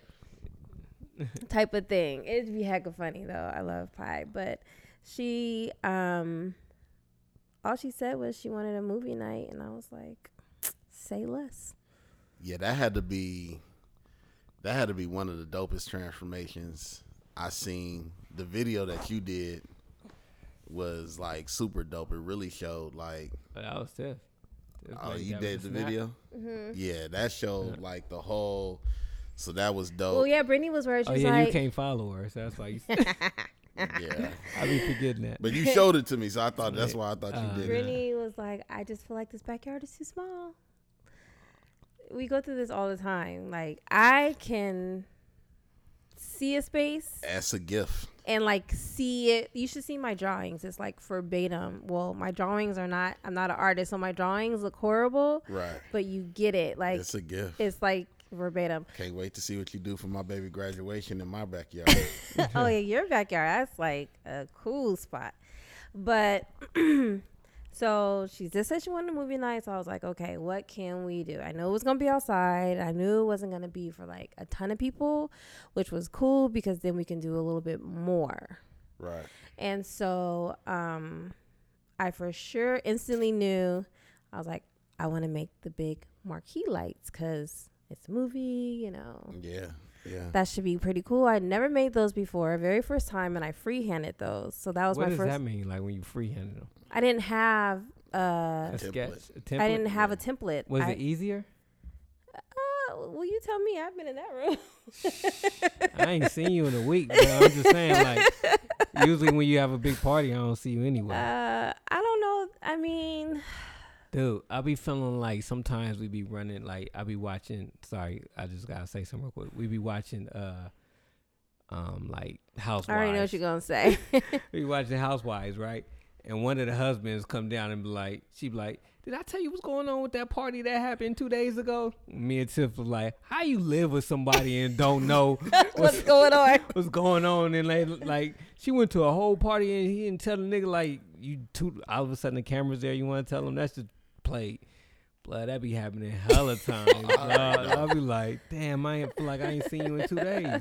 type of thing. It'd be heck of funny though. I love pie, but she, um, all she said was she wanted a movie night, and I was like, say less. Yeah, that had to be that had to be one of the dopest transformations I seen. The video that you did was like super dope. It really showed like But I was tough. Tough oh lady you got me Oh, did the snot. video? Mm-hmm. Yeah, that showed like the whole so that was dope. Well, yeah, Brittany was where she Oh was yeah, you like, can't follow her, so that's why you, I yeah. be forgetting that. But you showed it to me, so I thought that's why I thought Uh, you did it. Brittany was like, I just feel like this backyard is too small. We go through this all the time. Like I can see a space That's a gift. and like see it. You should see my drawings. It's like verbatim. Well, my drawings are not. I'm not an artist, so my drawings look horrible. Right. But you get it. Like It's a gift. it's like verbatim. Can't wait to see what you do for my baby graduation in my backyard. oh yeah, your backyard. That's like a cool spot. But so she just said she wanted a movie night. So I was like, okay, what can we do? I know it was gonna be outside. I knew it wasn't gonna be for like a ton of people, which was cool because then we can do a little bit more. right. And so um, I for sure instantly knew I was like, I want to make the big marquee lights because it's a movie, you know. Yeah. Yeah. That should be pretty cool. I never made those before, very first time, and I freehanded those. So that was What my does first. that mean? Like when you freehanded them? I didn't have uh, A sketch, template. a I template? didn't have a template. Was I, it e easier? uh, will you tell me? I've been in that room. I ain't seen you in a week, but I'm just saying. Like usually when you have a big party, I don't see you anywhere. Uh, I don't know. I mean, Dude, I be feeling like sometimes we be running like I be watching. Sorry, I just gotta say something real quick. We be watching uh, um, like Housewives. I already know what you're gonna say. we watching Housewives, right? And one of the husbands come down and be like, she be like, "Did I tell you what's going on with that party that happened two days ago?" Me and Tiff was like, "How you live with somebody and don't know What's going on? what's going on?" And like, like she went to a whole party and he didn't tell the nigga like you two. All of a sudden the cameras there. You want to tell him that's just played. Blood, that be happening hella times. I'll be like, damn, I ain't feel like I ain't seen you in two days.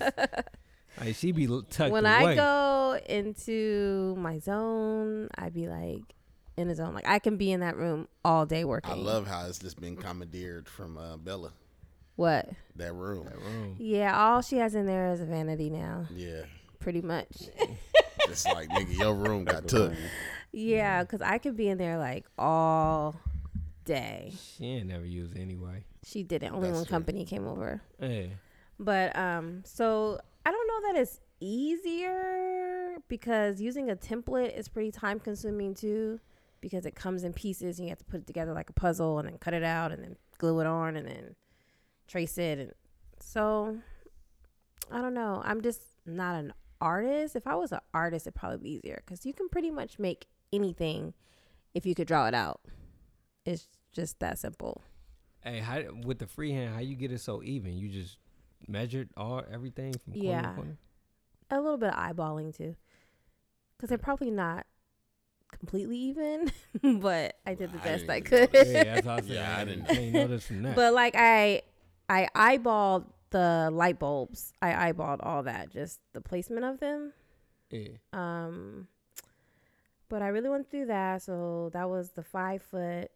Like she be tucked when away. I go into my zone, I be like in a zone. Like I can be in that room all day working. I love how it's just been commandeered from uh, Bella. what? That room. Boom. Yeah, all she has in there is a vanity now, Yeah. pretty much. It's like, nigga, your room got took. Mm. Yeah, because I could be in there like all day. She ain't never used it anyway. She didn't. Only That's one true. company came over. Hey, But um, so I don't know that it's easier because using a template is pretty time consuming too, because it comes in pieces and you have to put it together like a puzzle and then cut it out and then glue it on and then trace it and so I don't know. I'm just not an artist. If I was an artist, it'd probably be easier because you can pretty much make anything if you could draw it out. It's just that simple. hey, how with the freehand, how you get it so even? You just measured all everything from corner Yeah. to corner. a little bit of eyeballing too because they're probably not completely even but i did the I best didn't i even could Yeah, that's how I said. Yeah, I I didn't- didn't ain't notice from that. but like i i eyeballed the light bulbs i eyeballed all that just the placement of them yeah. um, But I really went through that. So that was the five foot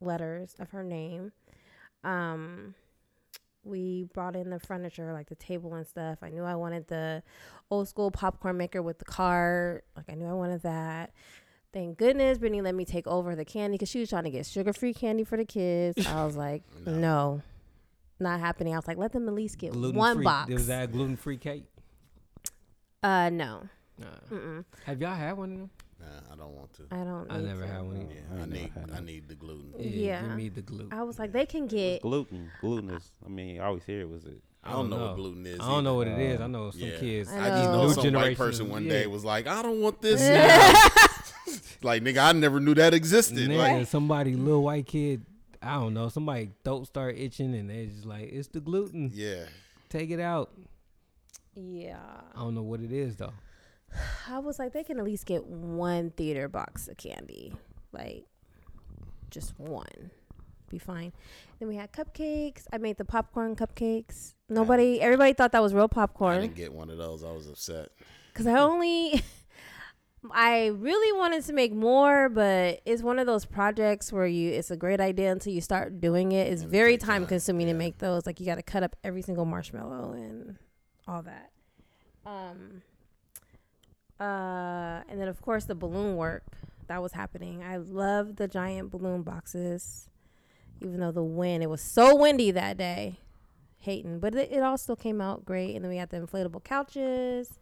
letters of her name. Um, we brought in the furniture, like the table and stuff. I knew I wanted the old school popcorn maker with the cart. Like I knew I wanted that. Thank goodness Brittany let me take over the candy because she was trying to get sugar free candy for the kids. I was like, no. not happening. I was like, let them at least get Gluten one free. box. Was that gluten free cake? Uh, no, Nah. Mm-mm. Have y'all had one of them? Nah, I don't want to. I don't. Oh, I need never to. had one. either. Yeah, I I never need had I it. need the gluten. Yeah. Yeah. Give me the gluten. I was like, they can get. gluten. Gluten is. I mean, I always hear it was it. I don't know what gluten is. I don't know what it is. Uh, I know some yeah. kids. uh, I I know. just know New some white generation person is- one yeah. day was like, I don't want this. now." like nigga, I never knew that existed. Nigga, Like, "Mm." somebody little white kid. I don't know. Somebody throat start itching and they just like, it's the gluten. yeah. Take it out. Yeah. I don't know what it is though. I was like, they can at least get one theater box of candy. Like, just one. Be fine. Then we had cupcakes. I made the popcorn cupcakes. Nobody, everybody thought that was real I popcorn. didn't get one of those. I was upset. Because I only, I really wanted to make more, but it's one of those projects where you, it's a great idea until you start doing it. It's And it very takes time, time consuming yeah. to make those. Like, you got to cut up every single marshmallow and all that. Um, uh, and then, of course, the balloon work that was happening. I love the giant balloon boxes, even though the wind, it was so windy that day. Hating, but it, it all still came out great. And then we had the inflatable couches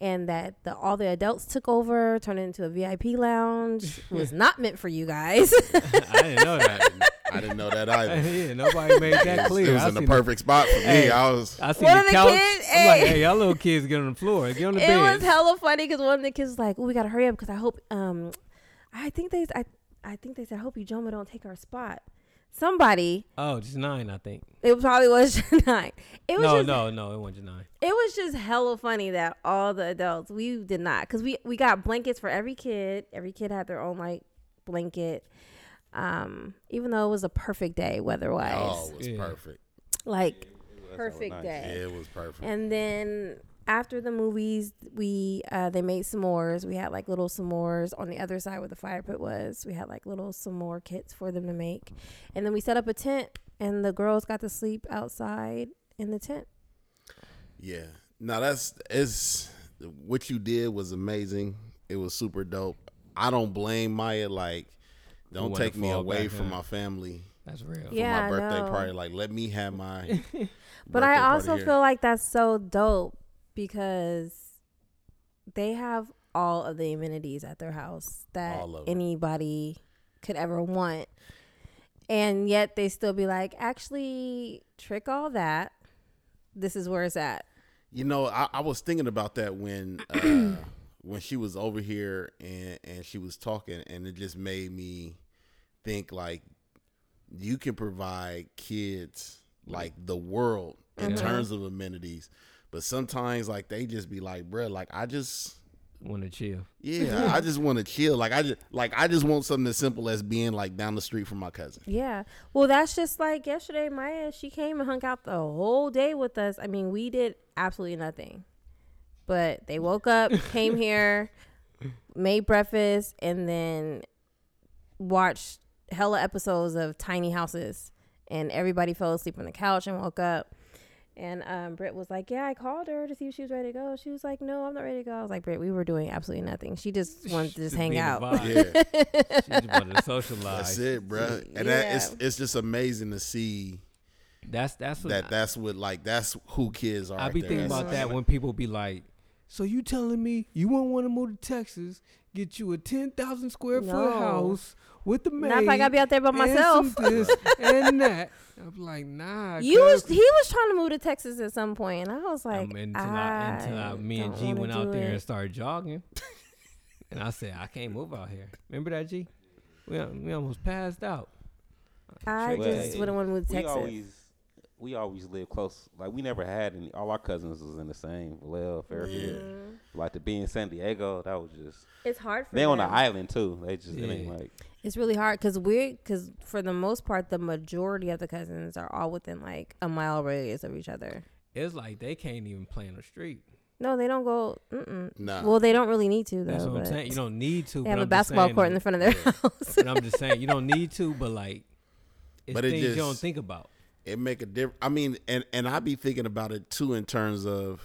and that the, all the adults took over, turned it into a VIP lounge. was not meant for you guys. I didn't know that. I didn't know that either. yeah, nobody made that It was clear. I in the seen perfect spot for me. Hey. I was. I see One the, of the couch. kids- I'm like, hey. hey, y'all little kids get on the floor. Get on the it bed. was hella funny because one of the kids was like, "Oh, we gotta hurry up because I hope um, I think they I I think they said I hope you Joma don't take our spot." Somebody, oh, just nine, I think. it probably was not. It was no, just, no, no, it wasn't just nine. it was just hella funny that all the adults we did not because we we got blankets for every kid. Every kid had their own like blanket. Um, even though it was a perfect day weather wise, Oh, it was Yeah. perfect. like That's perfect nice. day. Yeah, it was perfect. And then after the movies, we uh, they made s'mores. We had like little s'mores on the other side where the fire pit was. We had like little s'more kits for them to make, and then we set up a tent, and the girls got to sleep outside in the tent. Yeah. No, that's it's what you did was amazing. It was super dope. I don't blame Maya. Like, don't wanna take me fall away back, from huh? my family That's real. for Yeah, my I birthday know. party. Like, let me have my. But birthday I party also here. feel like that's so dope because they have all of the amenities at their house that All of it. anybody could ever want. And yet they still be like, actually, trick all that. This is where it's at. You know, I, I was thinking about that when uh, when she was over here and and she was talking, and it just made me think like you can provide kids like the world in terms of amenities, but sometimes like they just be like, bruh, like I just Want to chill. yeah, I just want to chill. Like I just like I just want something as simple as being like down the street from my cousin. Yeah. Well, that's just like yesterday, Maya, she came and hung out the whole day with us. I mean, we did absolutely nothing. But they woke up, came here, made breakfast, and then watched hella episodes of Tiny Houses. And everybody fell asleep on the couch and woke up. And um, Britt was like, Yeah, I called her to see if she was ready to go. She was like, No, I'm not ready to go. I was like, Britt, we were doing absolutely nothing. She just wanted to just hang be in the out. vibe. Yeah. She just wanted to socialize. That's it, bruh. And that, it's it's just amazing to see That's that's what that that's what like that's who kids are. I out be there. thinking That's about that when people be like, "So you telling me you wouldn't want to move to Texas, get you a ten thousand square foot No. house with the maid, Not if I gotta be out there by and myself. some this and that." I'm like, "Nah." You was cuz." he was trying to move to Texas at some point, and I was like, Um, until I, until I, me and don't G wanna went out do there it. and started jogging, and I said, "I can't move out here." Remember that G? We, al- we almost passed out. I Well, just wouldn't want to move to we Texas. always we always live close. Like we never had any. All our cousins was in the same Vallejo, Fairfield. Mm-hmm. Like to be in San Diego, that was just. it's hard for They on the them. island too. They just it ain't Yeah. like It's really hard because we're because for the most part, the majority of the cousins are all within like a mile radius of each other. It's like they can't even play in the street. No, they don't go. Mm-mm. Nah. Well, they don't really need to though. That's what I'm but saying. You don't need to. They but have a I'm just basketball saying, court in the like- front of their house. But I'm just saying you don't need to, but like, it's But it things just- you don't think about. it make a difference. I mean, and and I be thinking about it too in terms of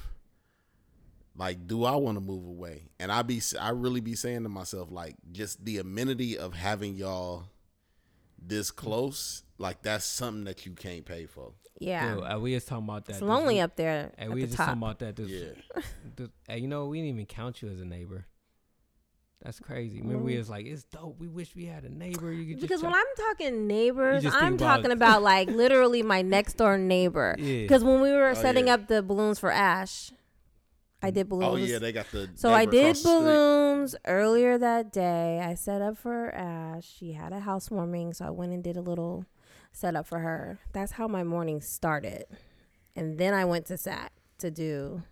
like, do I want to move away? And I be I really be saying to myself like, just the amenity of having y'all this Mm. close, like that's something that you can't pay for. yeah, Dude, uh, we just talking about that. it's this lonely week. up there Hey, at we the just top. talking about that. This, Yeah, this- hey, you know, we didn't even count you as a neighbor. That's crazy. Remember, we was like, it's dope. We wish we had a neighbor. You could because just when talk- I'm talking neighbors, just I'm think about- talking about like literally my next door neighbor. Yeah. Because when we were setting yeah. up the balloons for Ash, I did balloons. oh yeah, they got the. So I neighbor did across the street. balloons earlier that day. I set up for Ash. She had a housewarming, so I went and did a little setup for her. That's how my morning started. And then I went to SAC to do.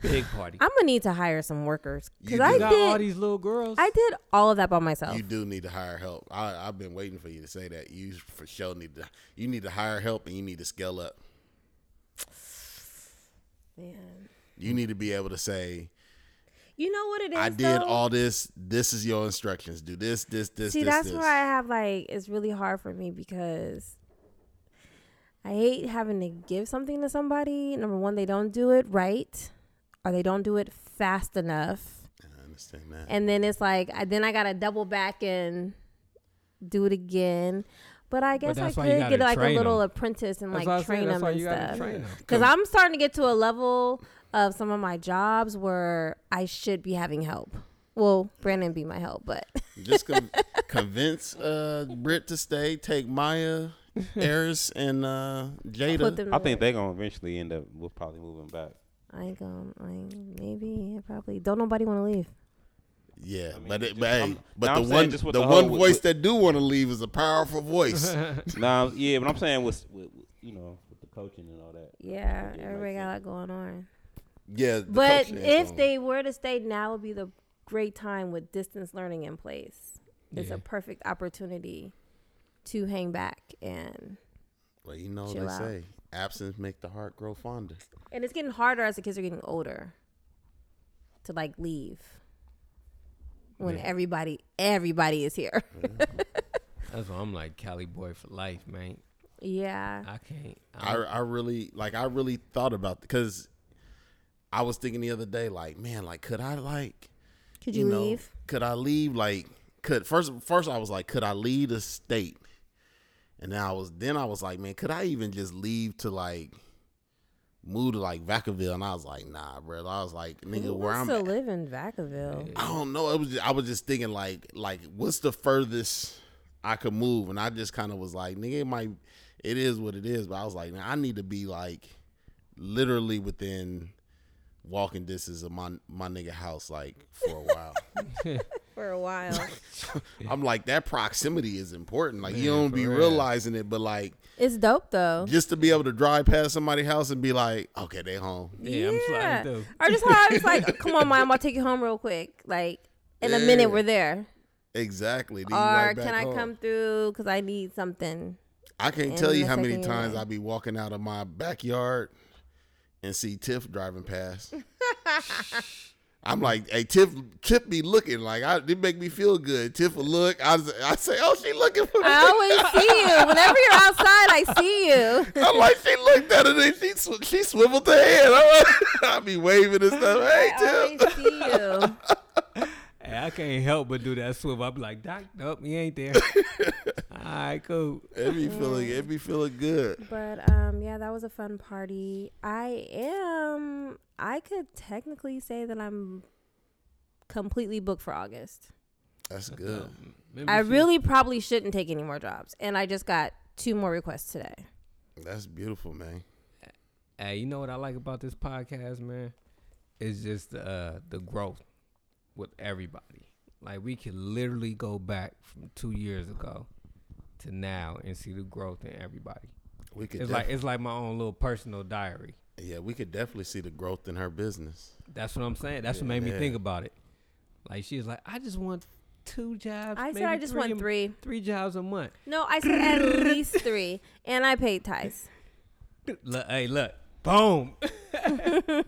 big party. I'm gonna need to hire some workers You because I you got all did. these little girls. I did all of that by myself. You do need to hire help. I, I've been waiting for you to say that. You for sure need to. You need to hire help, and you need to scale up. Man. You need to be able to say, You know what it is. I did though? all this. This is your instructions. Do this, this, this, See, this, that's this. where I have like it's really hard for me because I hate having to give something to somebody. Number one, they don't do it right, or they don't do it fast enough, I understand that. and then it's like I, then I gotta double back and do it again. But I guess I that's why you could gotta get like a train little 'em. apprentice and That's what I like was train saying. That's them why and you gotta stuff. train 'em. Because I'm starting to get to a level of some of my jobs where I should be having help. Well, Brandon be my help, but Just con- convince uh, Britt to stay. Take Maya, Eris, and uh, put Jada. them. I to think they're gonna eventually end up. We'll probably moving back. I ain't gonna, I ain't- maybe, I probably. Don't nobody want to leave. Yeah, mean, but it, just- but, hey, I'm- but no, the I'm saying one just with the, the one whole- voice with- that do want to leave is a powerful voice. nah, yeah, but I'm saying with, with, with you know with the coaching and all that. Yeah, makes everybody got a lot going on. yeah, the But coach ain't if gonna- they were to stay, now would be the great time with distance learning in place. It's Yeah. a perfect opportunity to hang back and well, you know what Chill they out. say, absence make the heart grow fonder. and it's getting harder as the kids are getting older to like leave when Yeah. everybody everybody is here. That's why I'm like Cali boy for life, man. yeah. I can't. I, I Um, don't- I really like I really thought about because I was thinking the other day like man like could I like Could you, know, leave? could I leave? Like, could first first I was like, could I leave the state? And then I was then I was like, man, could I even just leave to like move to like Vacaville? And I was like, nah, bro. I was like, nigga, Who where wants I'm to at, live in Vacaville? I don't know. It was just, I was just thinking like like what's the furthest I could move? And I just kind of was like, nigga, it might it is what it is. But I was like, nah, I need to be like literally within walking distance of my my nigga house like for a while. For a while. I'm like that proximity is important. Like you Man, don't for be real. realizing it, but like it's dope though. just to be able to drive past somebody's house and be like, okay, they home. yeah, I'm sliding through. Or just how I was like, come on, mom, I'll take you home real quick. Like, in a Yeah. minute, we're there. Exactly. Then Or you right back can I home. come through because I need something? I can't in tell you the how many second times year? I be walking out of my backyard and see Tiff driving past. I'm like, hey, Tiff, Tiff be looking like I, it make me feel good. Tiff will look. I, was- I say, oh, she looking for me. I always see you. Whenever you're outside, I see you. I'm like, she looked at it and she sw- she swiveled her head. I'm like, I be waving and stuff. Hey, I Tiff. always see you. Hey, I can't help but do that swivel. I be like, Doc, nope, you ain't there. All right, cool. It be feeling it be feeling good. But um, yeah, that was a fun party. I am. I could technically say that I'm completely booked for August. That's good. Um, maybe I she- really probably shouldn't take any more jobs, and I just got two more requests today. That's beautiful, man. Hey, you know what I like about this podcast, man? It's just the uh, the growth with everybody. Like we can literally go back from two years ago to now and see the growth in everybody. We could It's like it's like my own little personal diary. def- yeah, we could definitely see the growth in her business. That's what I'm saying. That's what made me Yeah. think about it. Like she was like, I just want two jobs. I said maybe I just want a- three. three jobs a month. No, I said at least three, and I paid ties. Look, hey, look, boom.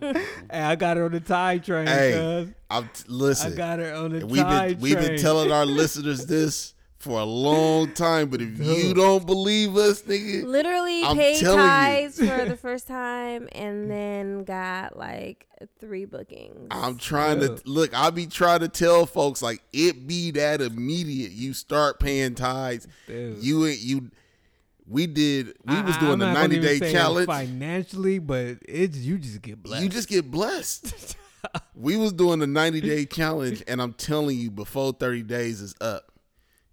Hey, I got her on the tie train, Hey, cuz. I'm t- I listen. got her on the And we've tie been train. we've been telling our listeners this for a long time, but if you don't believe us, nigga, Literally I'm paid telling you. ties for the first time and then got like three bookings. I'm trying to look. I be trying to tell folks like it be that immediate. You start paying tithes. Dude. You ain't- you. We did. We I- was I- doing I'm the not gonna 90 even day say challenge. financially, but it's you just get blessed. You just get blessed. we was doing the 90 day challenge, and I'm telling you, before 30 days is up,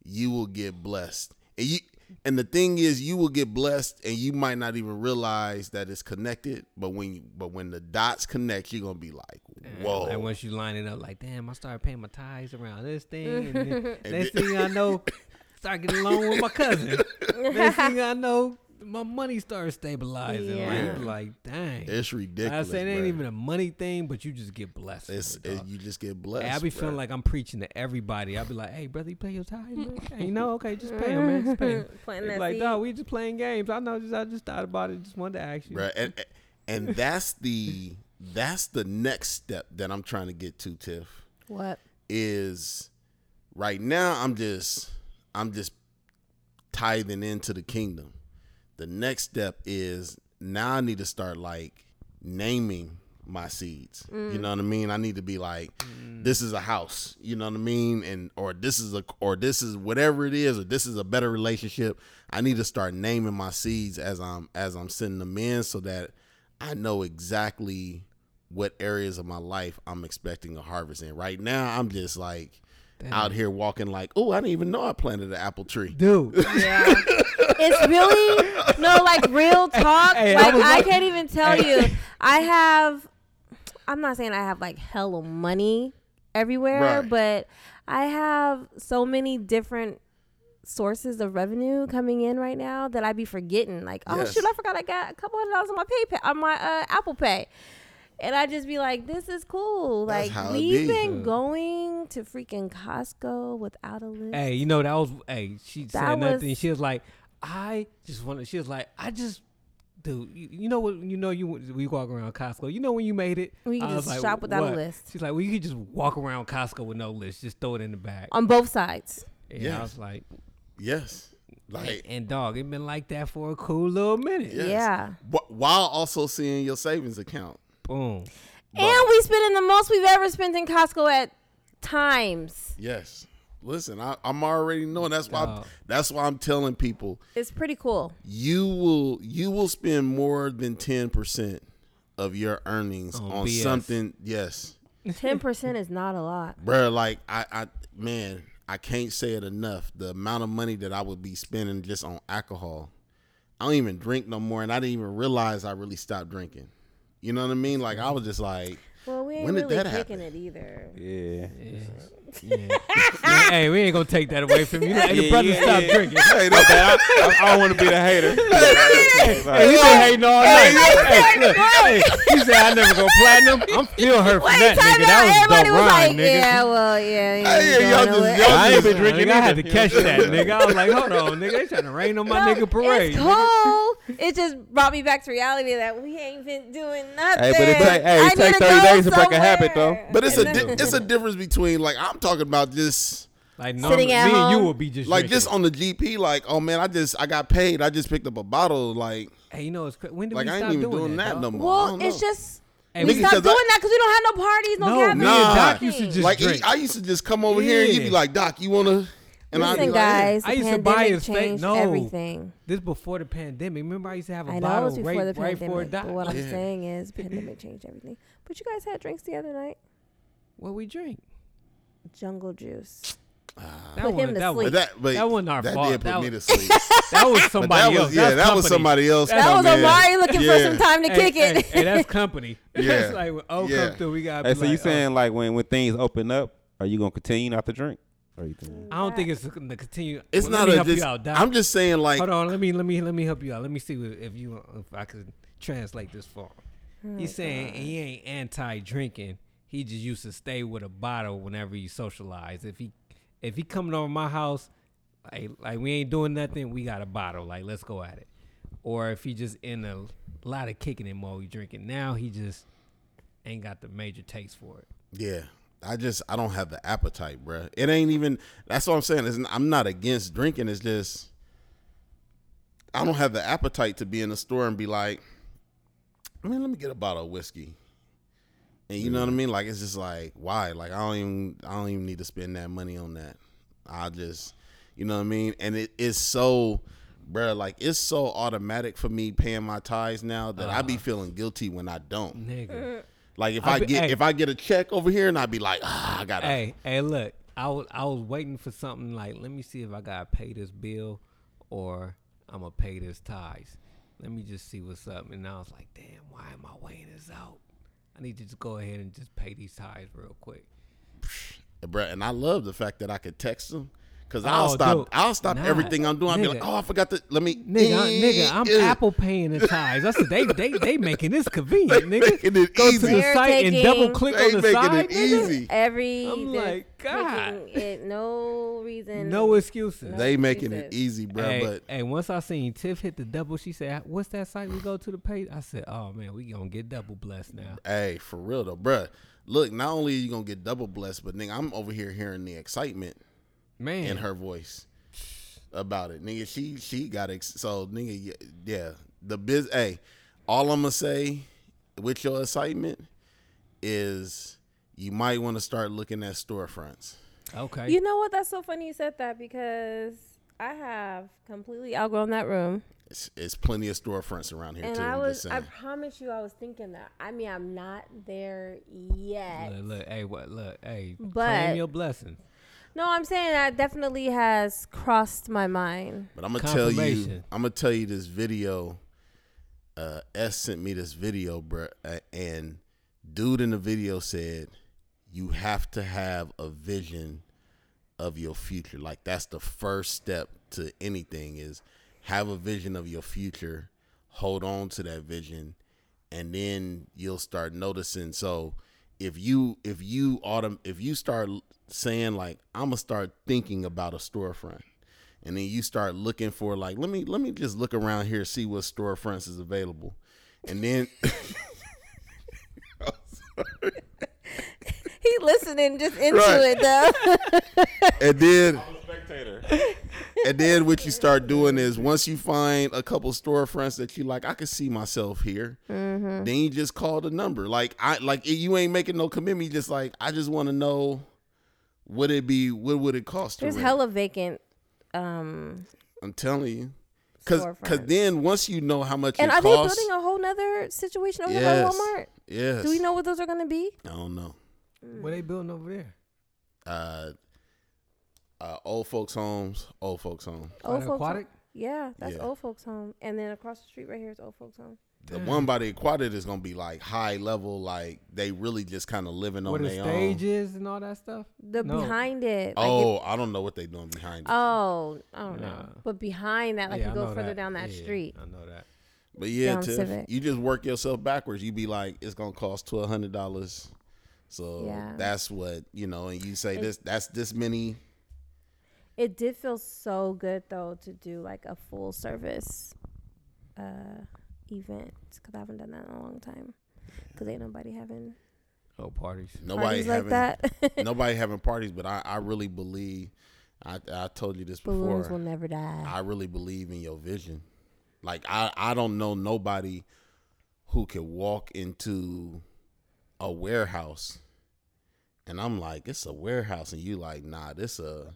you will get blessed. And you and the thing is, you will get blessed, and you might not even realize that it's connected. But when you, but when the dots connect, you're gonna be like, whoa. Like once you line it up, like damn, I started paying my tithes around this thing, and then next thing I know, start getting along with my cousin. next thing I know, my money starts stabilizing. Like, Yeah. like dang, it's I ridiculous. say it ain't bruh. even a money thing, but you just get blessed. It's with it, it, dawg. you just get blessed. Hey, I be bruh. feeling like I'm preaching to everybody. I be like, "Hey, brother, you pay your tithes, man? hey, no, okay, just pay 'em, man. Just pay 'em." Planting They be that like, seed. no, we just playing games. I know. Just I just thought about it. Just wanted to ask you. Bruh, And and that's the that's the next step that I'm trying to get to, Tiff. What? is right now I'm just I'm just tithing into the kingdom. The next step is now I need to start like naming my seeds. You know what I mean? I need to be like this is a house, you know what I mean? And or this is a or this is whatever it is or this is a better relationship. I need to start naming my seeds as I'm as I'm sending them in so that I know exactly what areas of my life I'm expecting a harvest in. Right now, I'm just like out here walking like, oh, I didn't even know I planted an apple tree. Dude, Yeah. it's really no like real talk. hey, I like was I, like- can't even tell Hey. you. I have I'm not saying I have like hella money everywhere, Right. but I have so many different sources of revenue coming in right now that I be forgetting. Like, oh Yes. shoot, I forgot I got a couple hundred dollars on my PayPal on my uh, Apple Pay. And I just be like, this is cool. That's like how it we've be. Mm. been going to freaking Costco without a list. hey, you know that was hey. She That said nothing. was- She was like, I just wanted. She was like, I just. Dude, you, you know what? You know you we walk around Costco. You know when you made it, We can I was just shop without a what? list. She's like, well, you could just walk around Costco with no list. Just throw it in the bag. On both sides. And I Yes. was like, Yes. hey, Like, and dog, it been like that for a cool little minute. yes. Yeah. Wh- while also seeing your savings account. Boom. And we spending the most we've ever spent in Costco at times. Yes. Listen, I, I'm already knowing. That's why. I'm, Dog. that's why I'm telling people It's pretty cool. you will you will spend more than ten percent of your earnings On on BS. something. Yes. Ten percent is not a lot. Bruh, like I, I man, I can't say it enough. The amount of money that I would be spending just on alcohol. I don't even drink no more, and I didn't even realize I really stopped drinking. You know what I mean? Like I was just like, Well, we ain't When did really that happen? kicking it either. Yeah. Yeah, hey, we ain't gonna take that away from you. Hey, the Yeah, brother yeah, stop yeah. drinking. Hey, no, man, I, I, I don't want to be the hater. Hey, Like, you been hating all night. Hey, look, Hey, hey, he said I never go platinum. I'm still hurt for Wait, that time nigga. out. That was Everybody dope was like, rhyme, nigga. yeah, well, yeah, yeah. Hey, you y'all don't know just- it. y'all I ain't been Nigga, drinking. I had to either. catch that, nigga. I was like, hold on, nigga. They trying to rain on my No, nigga parade. It's cool. it just brought me back to reality that we ain't been doing nothing. but it take- hey, it I take need 30 to go days to break a habit, somewhere. though. but it's a And di- then- it's a difference between like I'm talking about just Like, no, Sitting me at and you home. will be just like drinking. just on the GP. Like oh man, I just I got paid. I just picked up a bottle. Like Hey, you know, it's cra- when did like we I stop ain't even doing, doing that, dog? no more. I Well, don't it's know. just Hey, we nigga, stopped doing 'cause I- that because we don't have no parties, no, No, gatherings. me and Doc nothing. used to just like drink. I used to just come over here and you'd be Yeah. like, Doc, you wanna? And I'd be Listen, like, guys, I the used to buy pandemic a steak- changed no. everything. This before the pandemic. Remember, I used to have a I know it bottle was before right, the right pandemic, before Doc. but what I'm Yeah. saying is, pandemic changed everything. But you guys had drinks the other night. What we drink? Jungle juice. That Put him one, to that But was, sleep. that, but That wasn't our that fault. did put That me to was- sleep. that was But somebody that was else. yeah, That's that was company. somebody else. That That come was in. Amari looking for Yeah. some time to Hey, kick it. Hey, hey, that's company. Yeah. That's like when O Yeah. come through, we got. Hey, to so like, you oh, saying like when, when things open up, are you gonna continue not to drink? Or you think? I don't think it's gonna continue. It's Well, let not me a. help you Just, out, Doc. I'm just saying, like, Hold on, let me let me let me help you out. Let me see what- if you if I could translate this for Oh, him. He's saying he ain't anti drinking. He just used to stay with a bottle whenever you socialize. If he if he coming over my house, like like we ain't doing nothing, we got a bottle. Like let's go at it. Or if he just in a a lot of kicking him while we drinking. Now he just ain't got the major taste for it. Yeah. I just I don't have the appetite, bruh. It ain't even. That's what I'm saying. It's, I'm not against drinking. It's just I don't have the appetite to be in the store and be like, man, let me get a bottle of whiskey. And you know what I mean? Like it's just like why? Like I don't even I don't even need to spend that money on that. I just you know what I mean? And it is so bruh, like it's so automatic for me paying my tithes now that I be feeling guilty when I don't. Nigga. Mm. Like if I I, be- get hey. if I get a check over here and I be like, ah, I gotta hey, hey, look. I was I was waiting for something like, let me see if I gotta pay this bill or I'm gonna pay this ties. Let me just see what's up. And I was like, damn, why am I weighing this out? I need to just go ahead and just pay these ties real quick. bruh. And I love the fact that I could text them because I'll Oh, stop. dude. I'll stop Nah, everything I'm doing. I'll be like, nigga. oh, I forgot to let me. Nigga, I, nigga, I'm Eh, eh. Apple paying the ties. I said they they they making this convenient, They nigga. making it Go to easy. the They're site and taking- double click They on the making side. it Nigga. easy. Every I'm they're like, God. picking it, no reason. No excuses. They making it Jesus. easy, bruh. Hey, But hey, once I seen Tiff hit the double, she said, "What's that site we go to the page?" I said, "Oh man, we gonna get double blessed now." hey, for real though, bruh. Look, not only are you gonna get double blessed, but nigga, I'm over here hearing the excitement Man, in her voice about it, nigga. She she got ex- so nigga. y- Yeah, the biz. Hey, all I'm gonna say with your excitement is you might want to start looking at storefronts. okay, You know what? That's so funny you said that because I have completely outgrown that room, It's, it's plenty of storefronts around here and too. I I'm was. just I saying. promise you, I was thinking that. I mean, I'm not there yet. look, look, hey, what, look, hey, claim But- your blessings. No, I'm saying that definitely has crossed my mind. But I'm gonna tell you, Confirmation. I'm gonna tell you this video. Uh, S sent me this video, bruh, uh, and dude in the video said, "You have to have a vision of your future. Like that's the first step to anything is have a vision of your future. Hold on to that vision, and then you'll start noticing. So if you if you autumn if you start saying like I'm gonna start thinking about a storefront." and then you start looking for like let me let me just look around here see what storefronts is available and then He listening just into Right. it though. and then Spectator. and then what you start doing is once you find a couple storefronts that you like i could see myself here Mm-hmm. then you just call the number like i like you ain't making no commitment you just like i just want to know what it be what would it cost to There's rent? hella vacant. Um, i'm telling you because because Storefronts. then once you know how much and it are costs they building a whole nother situation over there by yes Walmart? yes Do we know what those are going to be? i don't know Mm. What they building over there? uh, uh, old folks homes, old folks home. By the folks. aquatic? Yeah, that's Yeah. old folks home, and then across the street right here is old folks home. The Mm. one by the aquatic is gonna be like high level, like they really just kind of living Where on the their stage own. is and all that stuff? The No. behind it. Like if- Oh, I don't know what they doing behind it, oh, I don't know. Nah. But behind that, like Yeah, I you go know further down that Yeah, street. I know that. but yeah, down Tiff, Civic. you just work yourself backwards. You be like, it's gonna cost twelve hundred dollars. So Yeah. that's what you know, and you say It- this that's this many. It did feel so good though to do like a full service uh event because I haven't done that in a long time. Because ain't nobody having Oh, parties. Nobody parties like having that. nobody having parties, but I I really believe. I I told you this Balloons before. will never die. I really believe in your vision. Like I, I don't know nobody who could walk into a warehouse and I'm like, it's a warehouse, and you like, nah, this a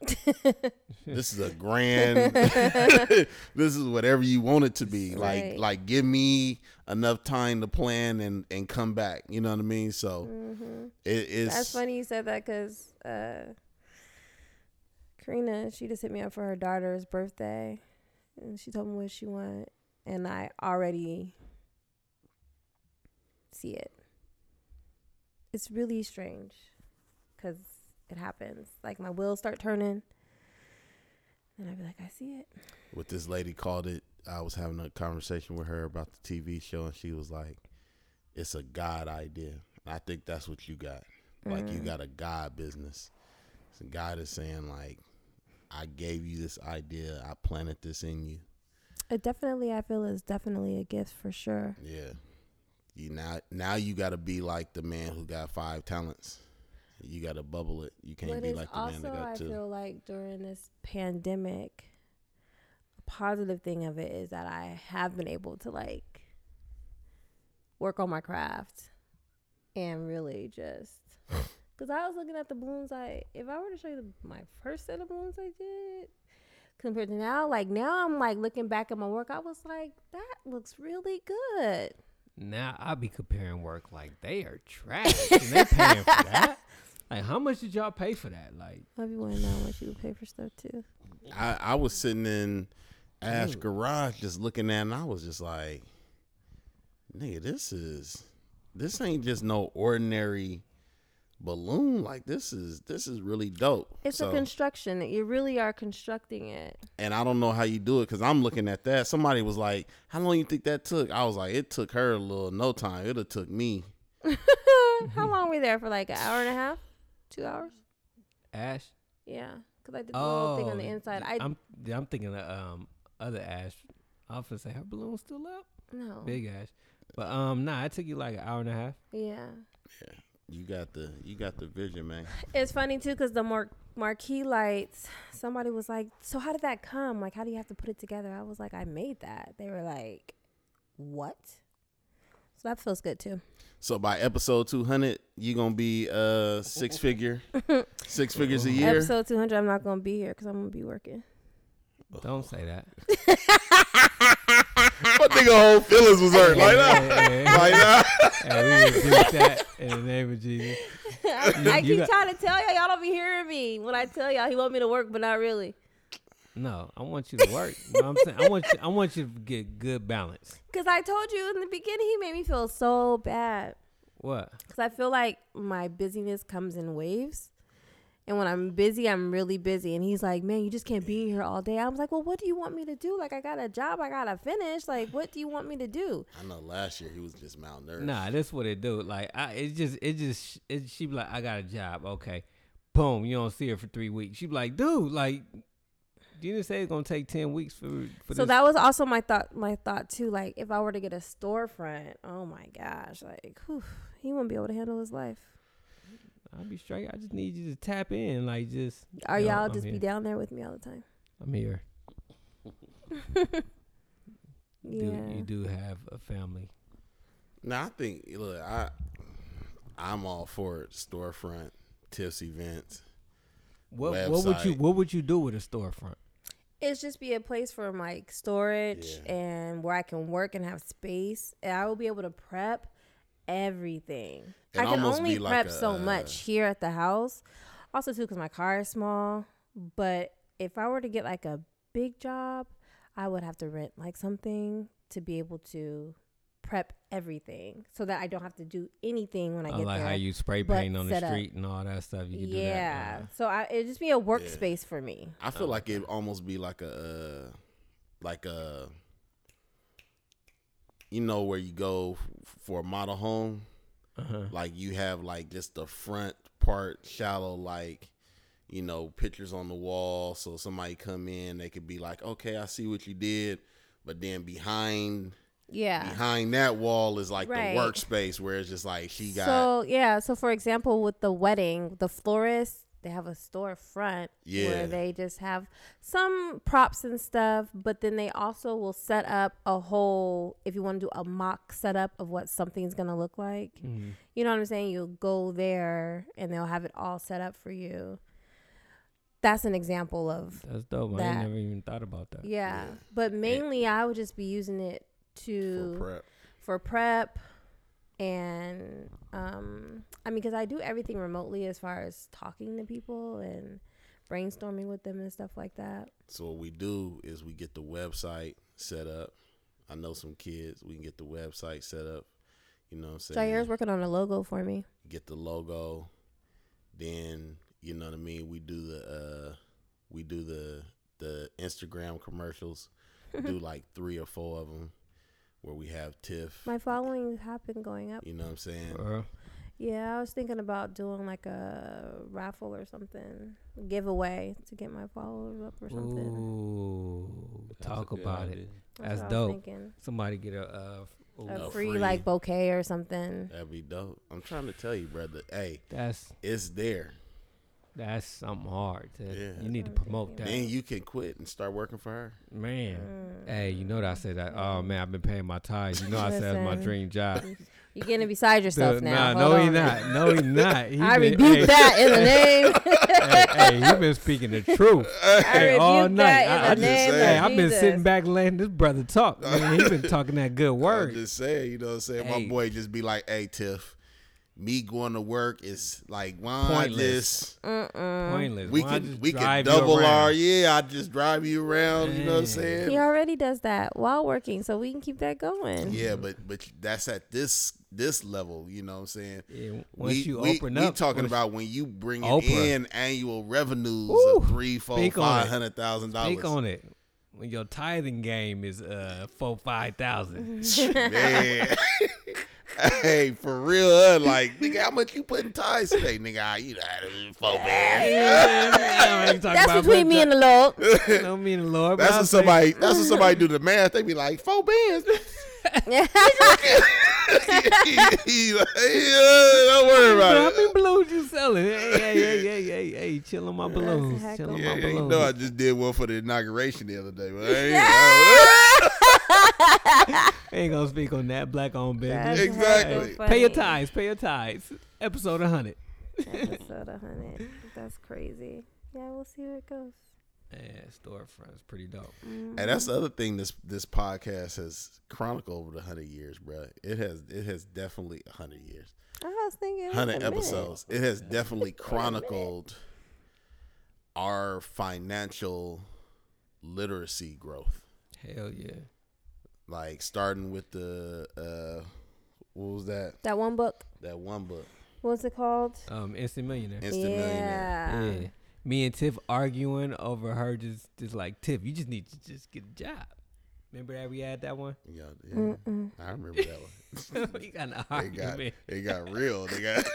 this is a grand this is whatever you want it to be. Like Right. like give me enough time to plan and and come back. You know what I mean? So Mm-hmm. it, it's That's funny you said that because uh, Karina, she just hit me up for her daughter's birthday, and she told me what she wanted, and I already see it. It's really strange because it happens. Like my wheels start turning, and I'd be like, I see it. what this lady called it. I was having a conversation with her about the TV show, and she was like, "It's a God idea." And I think that's what you got. Like Mm. you got a God business. So God is saying like, "I gave you this idea. I planted this in you." It definitely, I feel, is definitely a gift for sure. Yeah. You now now you gotta be like the man who got five talents. You gotta bubble it. You can't But be it's like the man also, that got I two. feel like during this pandemic, a positive thing of it is that I have been able to like work on my craft and really just. Because I was looking at the balloons I, if I were to show you the, my first set of balloons I did compared to now, like now I'm like looking back at my work, I was like, that looks really good. Now I be comparing work like they are trash and they paying for that. Like how much did y'all pay for that? Like Hope you want to know how much you would pay for stuff too. I, I was sitting in Ash Garage just looking at it and I was just like, nigga, this is this ain't just no ordinary balloon. Like this is this is really dope. It's So- a construction. You really are constructing it. and I don't know how you do it because I'm looking at that. Somebody was like, "How long you think that took?" I was like, "It took her a little no time. It have took me." Mm-hmm. How long we there for? Like an hour and a half, two hours? Ash. Yeah, because I did the Oh, little thing on the inside. I am I'm thinking of um other Ash. I was gonna say her balloon's still up. no. Big Ash. But um nah, it took you like an hour and a half. Yeah, You got the you got the vision, man. it's funny too because the mar- marquee lights. Somebody was like, "So how did that come? Like, how do you have to put it together?" I was like, "I made that." They were like, "What?" So that feels good too. So by episode 200, you gonna be uh six figure, six figures a year. Episode two hundred, I'm not gonna be here because I'm gonna be working. Don't say that. My nigga whole feelings was hurt like that. Hey, hey, Like that. hey, we rebuke that in the name of Jesus. I you keep got- trying to tell y'all, y'all don't be hearing me when I tell y'all he want me to work, but not really. No, I want you to work. You know what I'm saying? I want you I want you to get good balance. Because I told you in the beginning, he made me feel so bad. What? because I feel like my busyness comes in waves. And when I'm busy, I'm really busy. And he's like, man, you just can't be in here all day. I was like, well, what do you want me to do? Like, I got a job I got to finish. Like, what do you want me to do? I know last year he was just malnourished. Nah, that's what it do. Like I, it just, it just, it, she be like, I got a job. Okay, boom, you don't see her for three weeks. She be like, dude, like, you didn't say it's gonna take ten weeks for. for So this. that was also my thought, my thought too. Like, if I were to get a storefront, oh my gosh, like, whew, he wouldn't be able to handle his life. I'll be straight. I just need you to tap in, like, just. Or yo, y'all I'm just here. be down there with me all the time. I'm here. Yeah. Do, you do have a family. Now I think look, I I'm all for it. Storefront, tips events. What, what would you, Website. what would you do with a storefront? It's just be a place for like storage Yeah. and where I can work and have space. And I will be able to prep everything. It'd I can almost only be like prep a, so uh, much here at the house. Also, too, because my car is small. But if I were to get like a big job, I would have to rent like something to be able to prep everything so that I don't have to do anything when I I, get like there. how you spray but paint on the set up. street and all that uh-huh. Uh, stuff. You can yeah. do that. So I, it'd just be a workspace for me. I feel like it'd almost be like a, uh, like a, you know, where you go f- for a model home, Uh huh. like you have like just the front part shallow, like, you know, pictures on the wall. So somebody come in, they could be like, okay, I see what you did, but then behind Yeah. behind that wall is like Ah. Right. the workspace where it's just like she got So yeah, so for example, with the wedding, the florist they have a storefront Yeah. where they just have some props and stuff, but then they also will set up a whole. If you want to do a mock setup of what something's gonna look like, Mm-hmm. mm-hmm. you know what I'm saying? You'll go there and they'll have it all set up for you. That's an example of That's dope. I ain't That. never even thought about that. yeah, but mainly I would just be using it to for prep. for prep and um i mean because i do everything remotely as far as talking to people and brainstorming with them and stuff like that So what we do is we get the website set up. I know some kids. We can get the website set up. You know what I'm so saying? jair's working on a logo for me get the logo. Then you know what I mean. We do the uh, we do the the Instagram commercials. do like three or four of them where we have Tiff. my following have been going up you know what I'm saying? Or- yeah i was thinking about doing like a raffle or something giveaway to get my followers up or something Ooh, talk about it. That's what I was dope. thinking. Somebody get a uh, f- ooh, A A free, free- like bouquet or something. That'd be dope. I'm trying to tell you, brother. Hey, that's it's there. that's something hard. To, Yeah. You need to promote that, Then you can quit and start working for her. man. Mm. Hey, you know that I said that. Oh man, I've been paying my tithes. You know I said that's my Listen. dream job. You're getting beside yourself Dude, now. Nah, Hold no, he on. not. No, he not. He I been- rebuke hey, that in the name. hey, hey, he been speaking the truth. I Hey, all rebuke night. I- I just that in the name. said, of Hey, I've been Jesus. sitting back letting this brother talk. Man, he been talking that good I'm word. just saying, you know what I'm saying? Hey. My boy just be like, hey, Tiff, me going to work is like, why Pointless. Pointless. Pointless. we Why I can just we can drive you double around? R. Yeah, I just drive you around. You know what I'm saying? He already does that while working, so we can keep that going. Yeah, but but that's at this this level. You know what I'm saying? Yeah, once we, you we, open we up, talking once- about when you bring Oprah. in annual revenues Ooh, of three, four, speak on it. five hundred thousand Think dollars. on it. When your tithing game is uh four five thousand. Man. hey, for real, huh? like nigga, how much you put in ties today, nigga? Ah, You know, four man. That's between me and the Lord. the no me and the Lord. but That's I'll what say- somebody. That's what somebody Mm. do the math. They be like four bands. yeah, don't worry Bro, about How it. many balloons you selling? Hey, hey, hey, hey, hey, hey, chill on my balloons. heck Chill of on a- Yeah, my yeah, you balloons. know I just did one for the inauguration the other day. But I ain't- Ain't gonna speak on that black on That's business. Exactly. hella Pay your funny. tithes. Pay your tithes. Episode 100. Episode 100. That's crazy. Yeah, we'll see where it goes. Mm-hmm. Yeah, storefront's pretty dope. And that's the other thing this this podcast has chronicled over the hundred years, bro. It has it has definitely hundred years, I was thinking it was a hundred minute. episodes. It has definitely chronicled our financial literacy growth. Hell yeah. Like starting with the uh, what was that That one book. that one book, What's it called? Um, Instant Millionaire. Instant Millionaire. yeah. Yeah. Me and Tiff arguing over her just, just like, Tiff, you just need to just get a job. Remember that we had that one? Yeah, Mm. yeah. I remember that one. we got an It got argument. it got real. They got I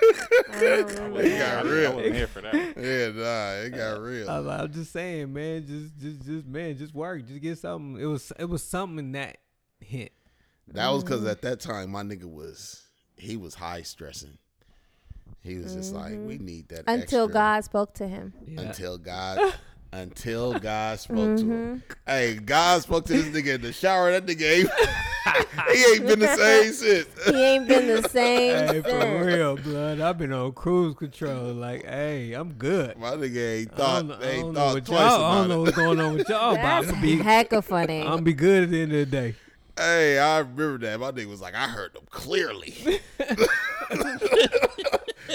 don't remember. it got real. wasn't here for that. Yeah, nah, it Uh, got real. I'm, I'm just saying, man, just, just, just, man, just work, just get something. It was, it was something that hit. That was Mm. because at that time my nigga was he was high stressing. He was just like, we need that Mm-hmm. Until extra- God spoke to him. Yeah. until God, until God spoke to him. Mm-hmm. Hey, God spoke to this nigga in the shower. That nigga ain't he ain't been the same since. He ain't been the same Hey, for since. real, blood. I've been on cruise control. Like, hey, I'm good. My nigga ain't I thought don't, I ain't don't know thought what twice y'all. I about don't know it. what's going on with y'all, but I'm That's gonna be, I'm heck of funny. gonna be good at the end of the day. Hey, I remember that. My nigga was like, I heard them clearly.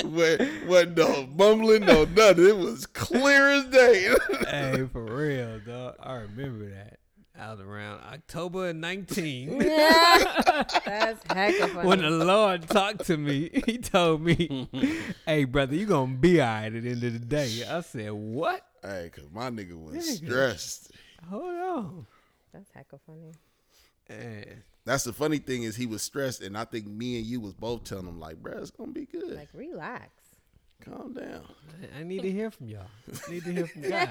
What what no mumbling, no nothing. It was clear as day. hey, for real, dog. I remember that. I was around October 19 Yeah. That's heck of when funny. the Lord talked to me. He told me, "Hey, brother, you gonna be alright at the end of the day." I said, "What? Hey, cause my nigga was stressed. Hold on." That's heck of funny. And That's the funny thing is he was stressed, and I think me and you was both telling him like, "Bruh, it's gonna be good. Like, relax. Calm down." I need to hear from y'all. I need to hear from God.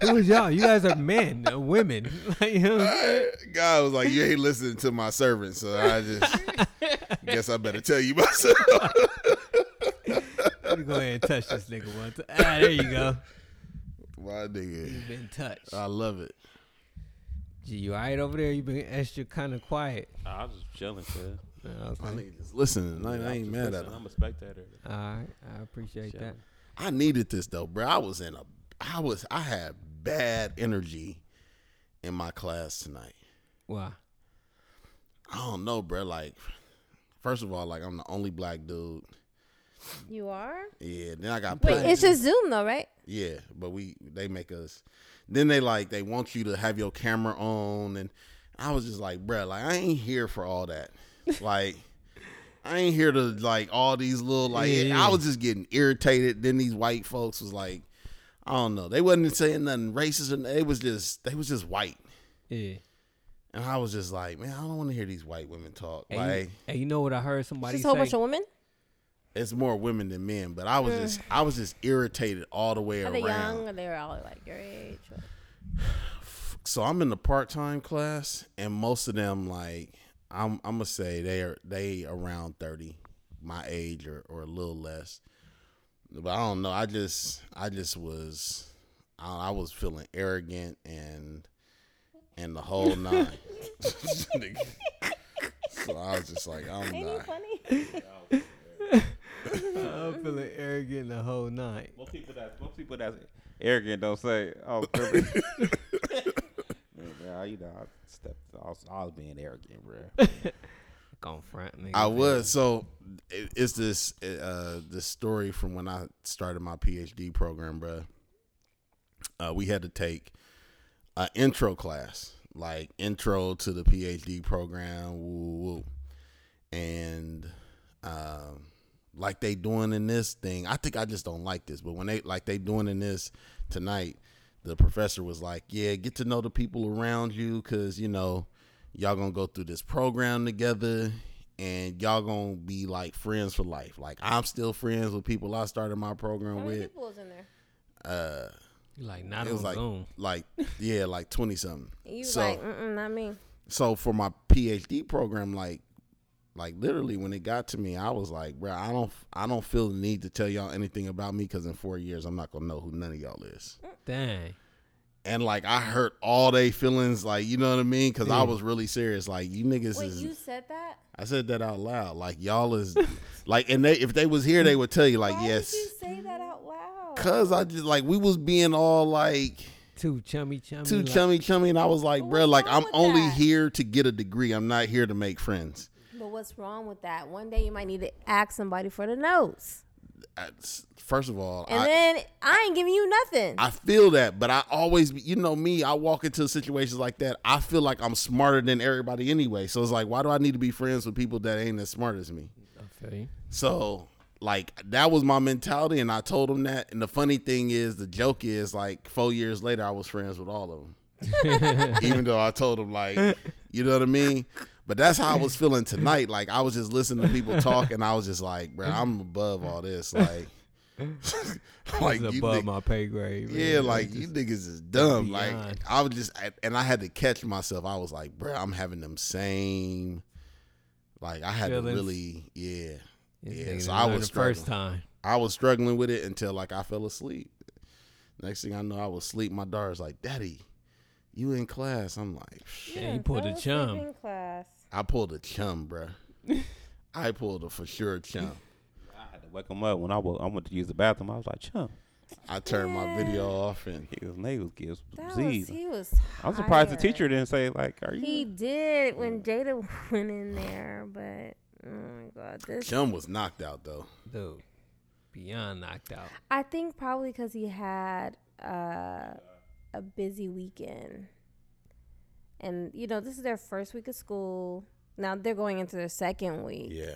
Who- Who is y'all? You guys are men, uh, women. Like, you know what I'm saying? God was like, "You ain't listening to my servant, so I just guess I better tell you myself." Let me go ahead and touch this nigga once. Ah, there you go. my nigga, You've been touched. I love it. Gee, you all right over there? You've been extra kind of quiet. I was just chilling, cuz. Uh, My Okay. nigga just listening. I, I ain't mad at him. I'm a spectator. All right. I appreciate that. I needed this though, bro. I was in a, I was, I had bad energy in my class tonight. Wow. I don't know, bro. Like, first of all, like I'm the only black dude. You are? Yeah. Then I got Wait, punched. it's just Zoom though, right? Yeah, but we they make us. Then they like they want you to have your camera on, and I was just like, bruh, like I ain't here for all that. Like I ain't here to like all these little like. Yeah, yeah. I was just getting irritated. Then these white folks was like, I don't know. They wasn't saying nothing racist, and they was just they was just white. Yeah. And I was just like, man, I don't want to hear these white women talk. Hey, like you, hey, you know what I heard somebody Just a whole say? bunch of women? it's more women than men, but I was just I was just irritated all the way Are around. they young? Are they all like your age? f- so I'm in the part time class, and most of them like I'm I'm gonna say they are they around thirty, my age or or a little less. But I don't know. I just I just was I, I was feeling arrogant and and the whole nine. so I was just like I'm Ain't he not. funny? Uh, I'm feeling arrogant the whole night. Most people that most people that's arrogant don't say, "Oh, privilege." Man, bro, you know, I stepped. I was, I was being arrogant, bro. Gon' front nigga. I was so. it- It's this uh this story from when I started my PhD program, bruh. Uh, we had to take a intro class, like intro to the PhD program, woo, woo, woo. and um, like they doing in this thing. I think I just don't like this, but when they like they doing in this tonight, the professor was like, "Yeah, get to know the people around you, cause you know." y'all gonna go through this program together and y'all gonna be like friends for life like i'm still friends with people i started my How program many with people was in there? uh You like not it on was like Zoom. like yeah like 20 something And you was So- like, mm-mm, not me. so for my phd program like like literally when it got to me i was like bro i don't i don't feel the need to tell y'all anything about me because in four years i'm not gonna know who none of y'all is Dang. and like i hurt all they feelings like you know what i mean because i Mm. was really serious like you niggas Wait, is you said that? I said that out loud. Like y'all is like, and they if they was here, they would tell you like, Why yes, did you say that out loud? cause I just like we was being all like Too chummy chummy. too like- chummy chummy, and I was like, What's bruh, like wrong I'm with only that? here to get a degree. I'm not here to make friends. But what's wrong with that? One day you might need to ask somebody for the notes. That's- First of all, And I, then I ain't giving you nothing. I feel that, but I always, be- you know me, I walk into situations like that. I feel like I'm smarter than everybody anyway. So it's like, why do I need to be friends with people that ain't as smart as me? I feel you. So like that was my mentality, and I told him that. And the funny thing is, the joke is like four years later, I was friends with all of them, even though I told him like, you know what I mean. But that's how I was feeling tonight. Like I was just listening to people talk, and I was just like, bro, I'm above all this. Like, like It's you above nigg- my pay grade. yeah, man. like It's you just- niggas is dumb. Like beyond. I was just, I- and I had to catch myself. I was like, bro, I'm having them same. Like I had Feelings. to really, yeah. this yeah, nigga so done I learned was the first time. I was struggling with it until like I fell asleep. Next thing I know, I was asleep. My daughter's like, "Daddy, you in class?" I'm like, "Shh." Yeah, you pulled a chum. In class. "I pulled a chum, bruh. I pulled a for sure chum." I had to wake him up when I wa- I went to use the bathroom. I was like, "Chum, I turned my video off and his nails gives That was, Z's." he was. I'm surprised the tired. teacher didn't say, "Like, are you?" He did when Jada went in there, but oh my god, this. chum was knocked out though. Dude. Beyond knocked out. I think probably because he had uh, a busy weekend, and you know this is their first week of school. Now they're going into their second week, Yeah,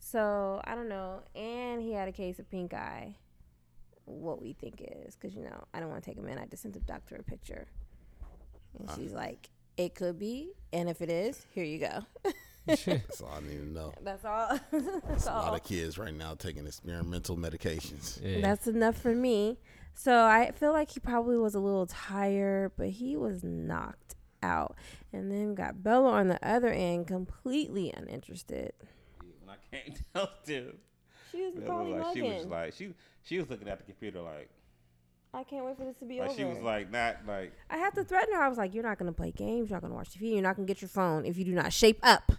so I don't know. And he had a case of pink eye, what we think is because you know I don't want to take him in. I just sent the doctor a picture, and she's like, "It could be, and if it is, here you go." that's all I need to know. That's all. That's A lot all. of kids right now taking experimental medications. Yeah. That's enough for me. So I feel like he probably was a little tired, but he was knocked out. And then we got Bella on the other end, completely uninterested. When I came downstairs, She was it probably was like, she was mugging. like, she she was looking at the computer like, I can't wait for this to be like over. she was like, not like. I had to threaten her. I was like, "You're not gonna play games. You're not gonna watch TV. You're not gonna get your phone if you do not shape up."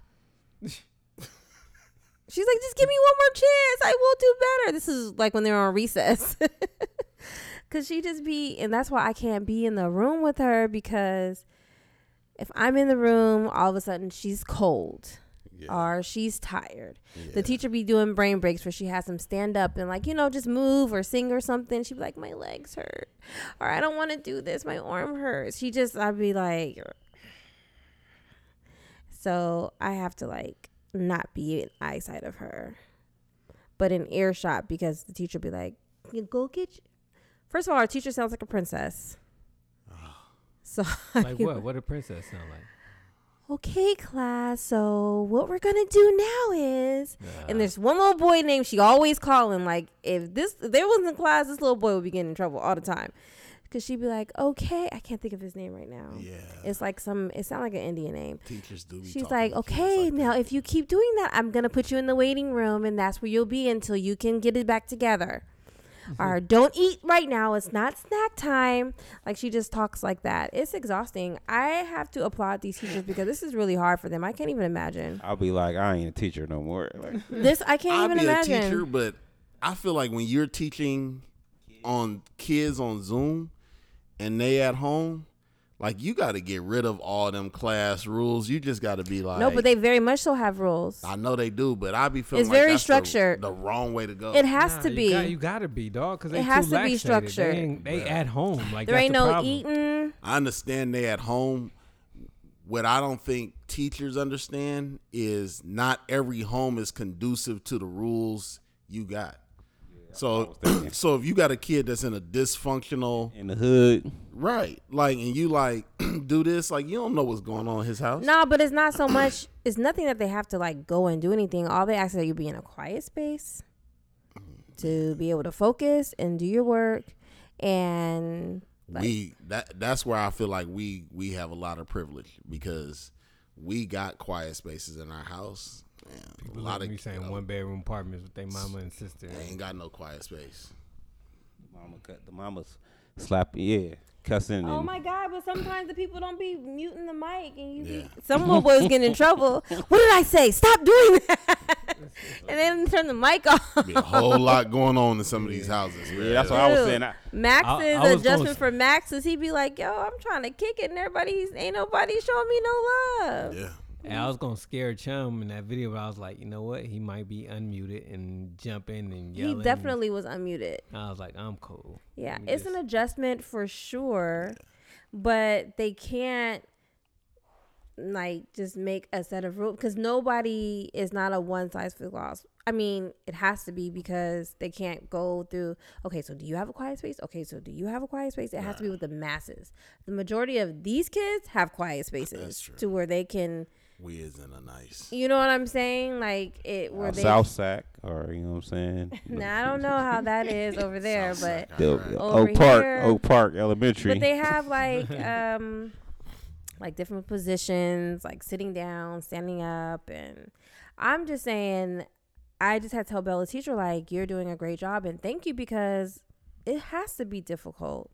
She's like, "Just give me one more chance. I will do better." This is like when they're on recess, because she just be, and that's why I can't be in the room with her because if I'm in the room, all of a sudden she's cold Yeah. or she's tired. Yeah. The teacher be doing brain breaks where she has them stand up and like, you know, just move or sing or something. She'd be like, My legs hurt. Or I don't want to do this. My arm hurts. She just I'd be like So I have to like not be in eyesight of her. But in earshot because the teacher be like, "You Go get y-" First of all, our teacher sounds like a princess. So Ah. Like what? What a princess sound like? okay, class. So what we're gonna do now is, Nah. and there's one little boy named she always calling. Like if this if there wasn't a class, this little boy would be getting in trouble all the time, Cause she'd be like, okay, I can't think of his name right now. Yeah. It's like some, it sounds like an Indian name. Teachers do be She's talking like, to kids okay, like now that. if you keep doing that, I'm gonna put you in the waiting room, and that's where you'll be until you can get it back together. Mm-hmm. or don't eat right now; it's not snack time. Like she just talks like that. It's exhausting. I have to applaud these teachers because this is really hard for them. I can't even imagine I'll be like, I ain't a teacher no more. Like, this. I can't I'd even be imagine. a teacher, but I feel like when you're teaching on kids on Zoom and they at home, like you got to get rid of all them class rules. You just got to be like, no, but they very much so have rules. I know they do, but I be feeling It's like very that's the- structured. The, wrong way to go. It has Nah, to you be. got- you gotta be dog, cause they It has too to be laxated. They structured. ain't- They, at home, like there that's ain't the no problem. eating. I understand they at home. What I don't think teachers understand is not every home is conducive to the rules you got. So, so if you got a kid that's in a dysfunctional in the hood. Right. Like, and you like do this, like you don't know what's going on in his house. No, but it's not so much. It's nothing that they have to like go and do anything. All they ask is that you be in a quiet space to be able to focus and do your work. And we that that's where I feel like we we have a lot of privilege because we got quiet spaces in our house. Man, a People lot look of at me saying one bedroom apartments with their mama and sister. they ain't got no quiet space. Mama cut the mama's slapping, yeah, cussing. oh and my god! But sometimes the people don't be muting the mic, and you Yeah. be, someone was getting in trouble. What did I say? Stop doing that! and then turn the mic off. Be a whole lot going on in some of these houses. man. Yeah, that's what I was Dude, saying. I, I- Max's I was gonna adjustment s- for Max is he be like, "Yo, I'm trying to kick it, and everybody's ain't nobody showing me no love." Yeah. And I was gonna scare Chum in that video, but I was like, you know what? He might be unmuted and jump in and yell. he definitely was unmuted. I was like, I'm cool. Yeah, Let me it's an adjustment for sure, but they can't like just make a set of rules because nobody is not a one size fits all. I mean, it has to be because they can't go through. Okay, so do you have a quiet space? Okay, so do you have a quiet space? It has to be with the masses. The majority of these kids have quiet spaces to where they can, We is in a nice you know what I'm saying? Like it where uh, they. South Sack, or you know what I'm saying? Now, I don't know how that is over there, but The, Alright. the Over Oak Park, here. Oak Park Elementary. But they have like um like different positions, like sitting down, standing up, and I'm just saying I just had to tell Bella's teacher, like, you're doing a great job and thank you because it has to be difficult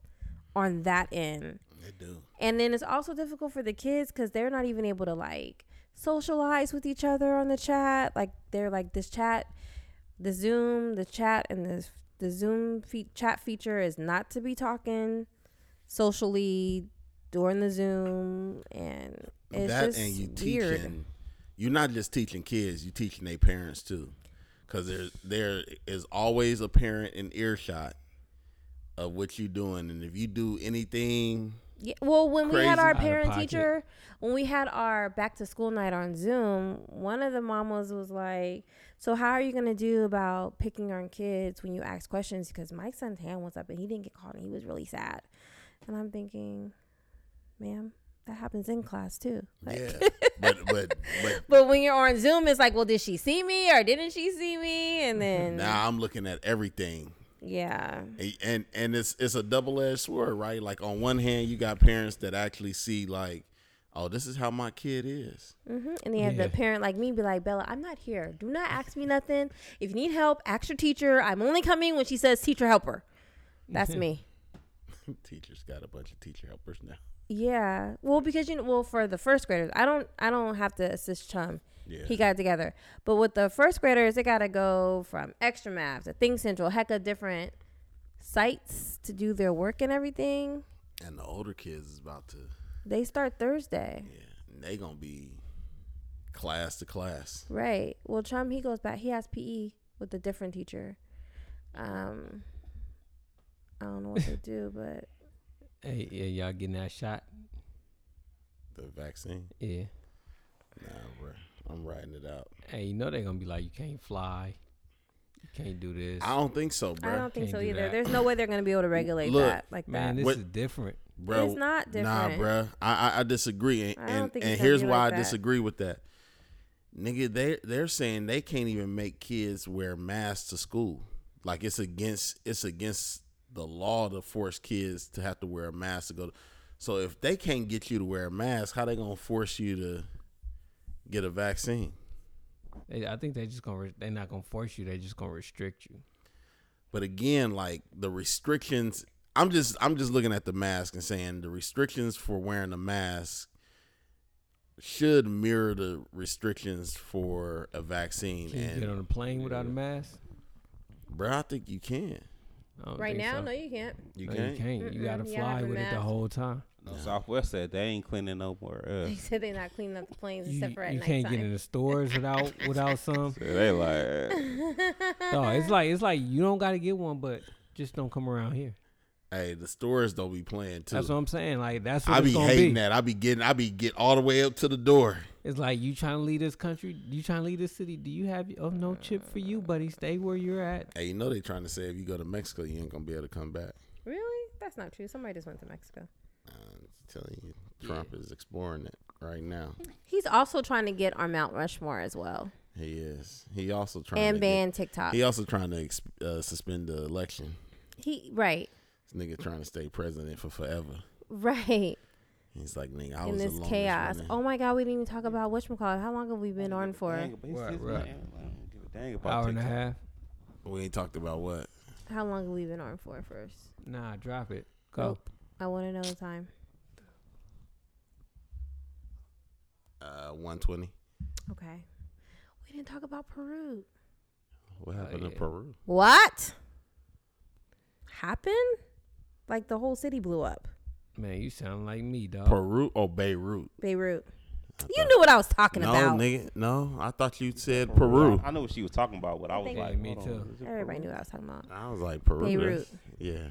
on that end. They do. And then it's also difficult for the kids because they're not even able to like socialize with each other on the chat. Like they're like this chat, the Zoom, the chat, and this the Zoom fe- chat feature is not to be talking socially during the Zoom, and it's that just and you weird. teaching you're not just teaching kids you're teaching their parents too because there's there is always a parent in earshot of what you're doing and if you do anything Yeah, well, when we Crazy. had our Out of parent pocket. teacher, when we had our back to school night on Zoom, one of the mamas was like, "So how are you gonna do about picking on kids when you ask questions? Because my son's hand was up and he didn't get called and he was really sad." And I'm thinking, "Ma'am, that happens in class too." Like- yeah but but but But when you're on Zoom, it's like, "Well, did she see me or didn't she see me?" And then now i'm looking at everything yeah, and and, and it's it's a double-edged sword right like on one hand you got parents that actually see like oh this is how my kid is hmm And they have the Yeah. parent like me be like, Bella, I'm not here. Do not ask me nothing. If you need help, ask your teacher. I'm only coming when she says teacher helper. That's me. teachers got a bunch of teacher helpers now Yeah. Well, because you know, well for the first graders, I don't I don't have to assist Chum. Yeah. He got it together. But with the first graders, they gotta go from extra math to Think Central, heck of different sites to do their work and everything. and the older kids is about to They start Thursday. Yeah, and they gonna be class to class. Right. Well, Chum, he goes back. He has PE with a different teacher. Um, I don't know what they do, but Hey, yeah, y'all getting that shot? The vaccine, Yeah. nah, bro, I'm writing it out. Hey, you know they're gonna be like, you can't fly, you can't do this. I don't think so, I bro. don't think Can't so do either. that. There's no way they're going to be able to regulate Look, that like Man, that. this What- is different. Bro, It's not Nah, different. bro, I I, I disagree, and I don't and, think and it's gonna here's be why like I that. disagree with that. Nigga, they they're saying they can't even make kids wear masks to school. Like it's against it's against the law to force kids to have to wear a mask to go. To, so if they can't get you to wear a mask, how they gonna force you to get a vaccine? They- I think they just gonna re- they're not gonna force you. They're just gonna restrict you. But again, like the restrictions, I'm just I'm just looking at the mask and saying the restrictions for wearing a mask should mirror the restrictions for a vaccine. Can you And get on a plane without a mask? bro, I think you can. I don't Right think now, so. no, you can't. You No, can. you can't. You Mm-mm, gotta you gotta have fly a with it the mask. whole time. No. Southwest said they ain't cleaning no more. Uh, They said they're not cleaning up the planes You, except for at you nighttime. can't get in the stores without without some. they like No, it's like it's like you don't gotta get one, but just don't come around here. Hey, the stores don't be playing too. That's what I'm saying. Like that's what I it's be gonna hating be. that. I be getting. I be get all the way up to the door. It's like you trying to leave this country, you trying to leave this city. Do you have? Oh, no chip for you, buddy. Stay where you're at. Hey, you know they trying to say if you go to Mexico, you ain't gonna be able to come back. Really? That's not true. Somebody just went to Mexico. Uh, I'm telling you, Trump is exploring it right now. He's also trying to get our Mount Rushmore as well, He is. He also trying and to get- ban TikTok. he also trying to exp- uh, suspend the election. He right, This nigga trying to stay president for forever. right. He's like, nigga, I in was this the longest chaos. running. Oh my God, we didn't even talk about whatchamacallit. How long have we been on for? Dang, but it's Right, his right. man. I don't give a dang about Hour and a TikTok. half. We ain't talked about what. How long have we been on for first? Nah, drop it. Go. Nope. I want to know the time. Uh, one twenty. Okay. We didn't talk about Peru. What happened in yeah. Peru? What? Happened? Like the whole city blew up. Man, you sound like me, dog. Oh. Peru or Beirut? Beirut. I You thought- knew what I was talking no, about. nigga, no. I thought you said Peru. I, I know what she was talking about, but I, I was think- like, Yeah, me hold on, too. is it Everybody Peru? knew what I was talking about. I was like Peru. Beirut. that's- Yeah.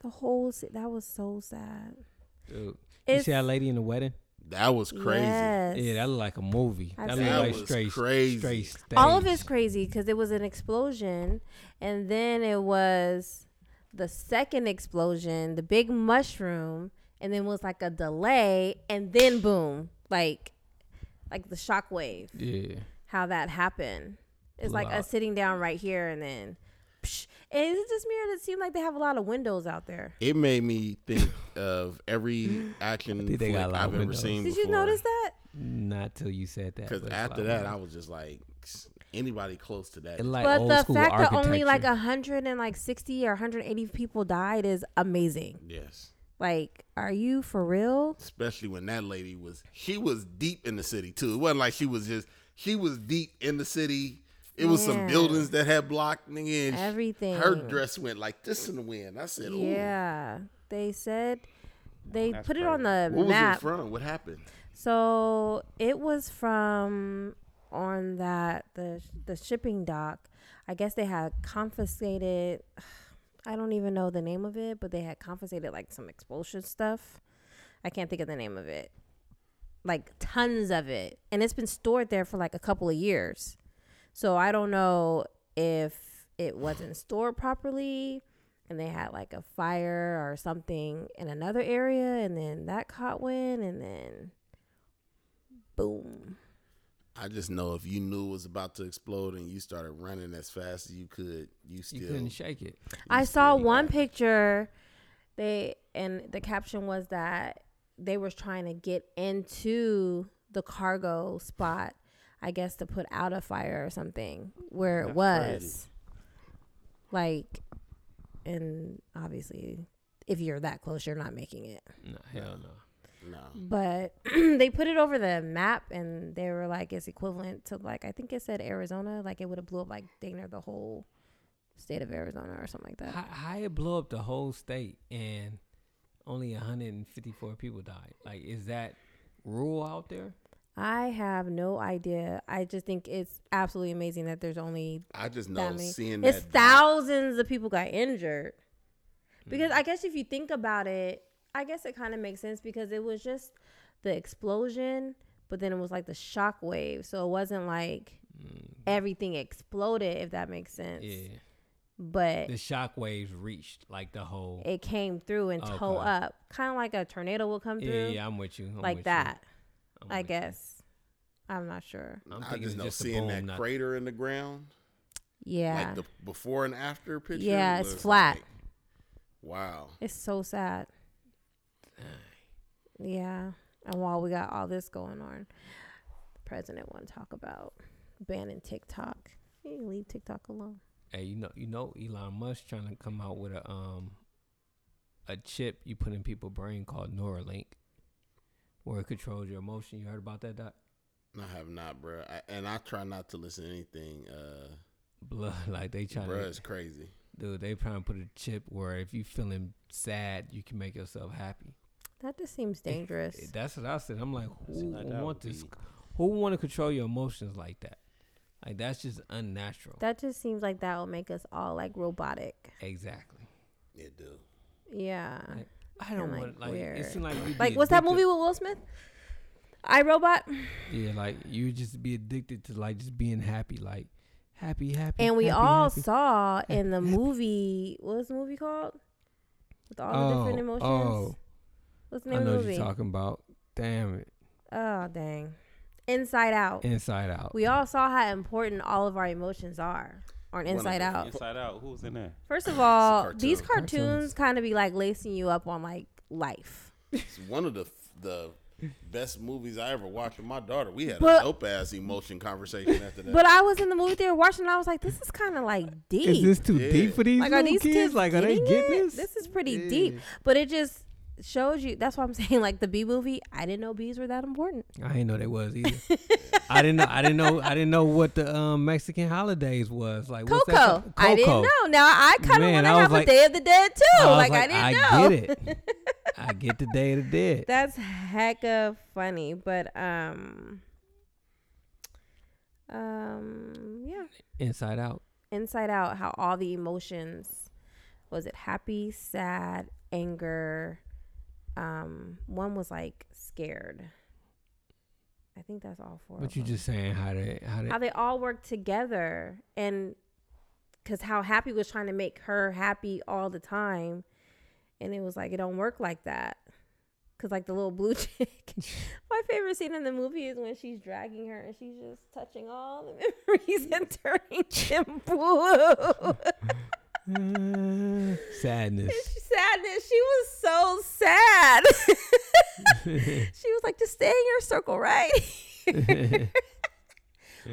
The whole city. That was so sad. Dude. You It's- see that lady in the wedding? That was crazy. Yes. Yeah, that looked like a movie. I've that seen looked it. like That was straight, crazy. straight stage. All of it's crazy because it was an explosion, and then it was the second explosion, the big mushroom, and then was like a delay, and then boom, like, like the shockwave. Yeah, How that happened? It's like Lot. us sitting down right here, and then, psh, and is it just me or does it seem like they have a lot of windows out there? It made me think of every action think they flick got a lot I've of ever windows. seen. Did you before. notice that? not till you said that. Because after that, I was just like, anybody close to that. it like But old the school fact that architecture. only like a hundred and like sixty or 180 people died is amazing. yes. Like, are you for real? Especially when that lady was, she was deep in the city too. It wasn't like she was just, she was deep in the city. It was some Yeah. buildings that had blocked nigga. And she- Everything. Her dress went like this in the wind. I said, Ooh, Yeah. They said they That's put it on the What was it map. from? What happened? so it was from on that the the shipping dock. I guess they had confiscated I don't even know the name of it, but they had confiscated like some expulsion stuff. I can't think of the name of it. Like tons of it. And it's been stored there for like a couple of years. So I don't know if it wasn't stored properly and they had like a fire or something in another area and then that caught wind and then boom. I just know if you knew it was about to explode and you started running as fast as you could, you you still. couldn't shake it. I saw one picture they and the caption was that they were trying to get into the cargo spot, I guess to put out a fire or something where it was. Like and obviously if you're that close you're not making it. No, hell no. no. But they put it over the map and they were like it's equivalent to like I think it said Arizona, like it would have blew up like dang near the whole state of Arizona or something like that. How, how it blew up the whole state and only 154 people died? Like, is that rule out there? I have no idea. I just think it's absolutely amazing that there's only I just know that many. seeing it's that. thousands of people got injured. Because Mm. I guess if you think about it, I guess it kind of makes sense because it was just the explosion, but then it was like the shock wave. So it wasn't like everything exploded, if that makes sense. Mm. Yeah, But the shock waves reached like the whole. it came through and tore Okay. up, kind of like a tornado will come through, Yeah, yeah, I'm with you. I'm with like you. that. I'm I with you. guess. I'm not sure. I'm I thinking just it's know just a seeing boom, that not- crater in the ground, Yeah. like the before and after picture. Yeah, it's was flat. like- Wow. It's so sad. Yeah. And while we got all this going on, the president want to talk about banning TikTok. Hey, leave TikTok alone. Hey, you know, you know, Elon Musk trying to come out with a um a chip you put in people's brain called Neuralink, where it controls your emotion. You heard about that, Doc? I have not, bro. I, and I try not to listen to anything. Uh, Blood, like they trying bro, to it's crazy. dude, they trying to put a chip where if you feeling sad, you can make yourself happy. Eh, That just seems dangerous. That's what I said. I'm like, who like that want would this? be- Who want to control your emotions like that? Like that's just unnatural. that just seems like that will make us all like robotic. exactly. It do. Yeah. Like, I don't like, want like it weird. seems like you Like, what's that movie with Will Smith? I Robot. Yeah, like you just be addicted to like just being happy, like happy, happy. And we happy, all happy. saw in the movie, what was the movie called? With all the different emotions. Oh, What's the I name of know the what movie? you're talking about. Damn it, Oh, dang. Inside Out. Inside Out. We all saw how important all of our emotions are on of Inside the- Out. Inside out. Who's in there? First of all, cartoon. these cartoons, Cartoons. kind of be like lacing you up on like life. It's one of the the best movies I ever watched with my daughter. We had But- a dope ass emotion conversation after that. But I was in the movie theater watching, and I was like, this is kind of like deep. Is this too Yeah. deep for these like, are little these kids? kids, like, are they getting it? this? This is pretty deep. But it just shows you. That's why I'm saying, like, the B movie, I didn't know bees were that important. I didn't know they was either. I didn't know. I didn't know. I didn't know what the um, Mexican holidays was like. What's that Coco. called? I didn't Coco. know. Now I kind of Man, want to I was have like- a Day of the Dead too. I was like, I didn't know. get it. I get the day of the dead. That's hecka funny, but um, um, yeah. Inside Out. Inside Out, how all the emotions was it happy, sad, anger? Um, one was like scared. I think that's all four. But of you them. just saying how they how they how they all work together and because how happy was trying to make her happy all the time and it was like it don't work like that because like the little blue chick my favorite scene in the movie is when she's dragging her and she's just touching all the memories and turning them blue Uh, sadness. sadness she was so sad she was like just stay in your circle right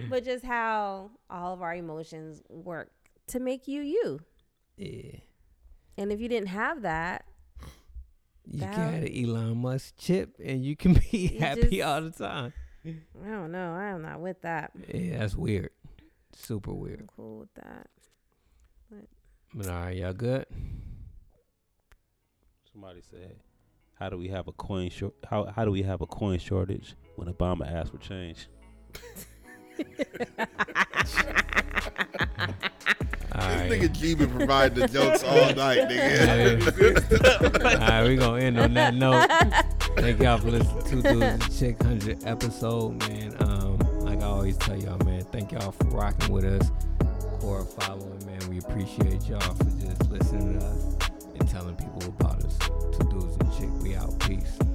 but just how all of our emotions work to make you you yeah. And if you didn't have that, You That- got an Elon Musk chip and you can be happy just- all the time. I don't know. I am not with that. Yeah, that's weird. Super weird. I'm cool with that. But all right, y'all good? Somebody said, "How do we have a coin short? How how do we have a coin shortage when Obama asked for change?" All right. This nigga G been providing the jokes all night, nigga. All right, we're gonna end on that note. Thank y'all for listening to Dudes and Chick 100 episode, man. Um, like I always tell y'all, man, thank y'all for rocking with us or following, man. We appreciate y'all for just listening to us and telling people about us. Two Dudes and Chick, we out. Peace.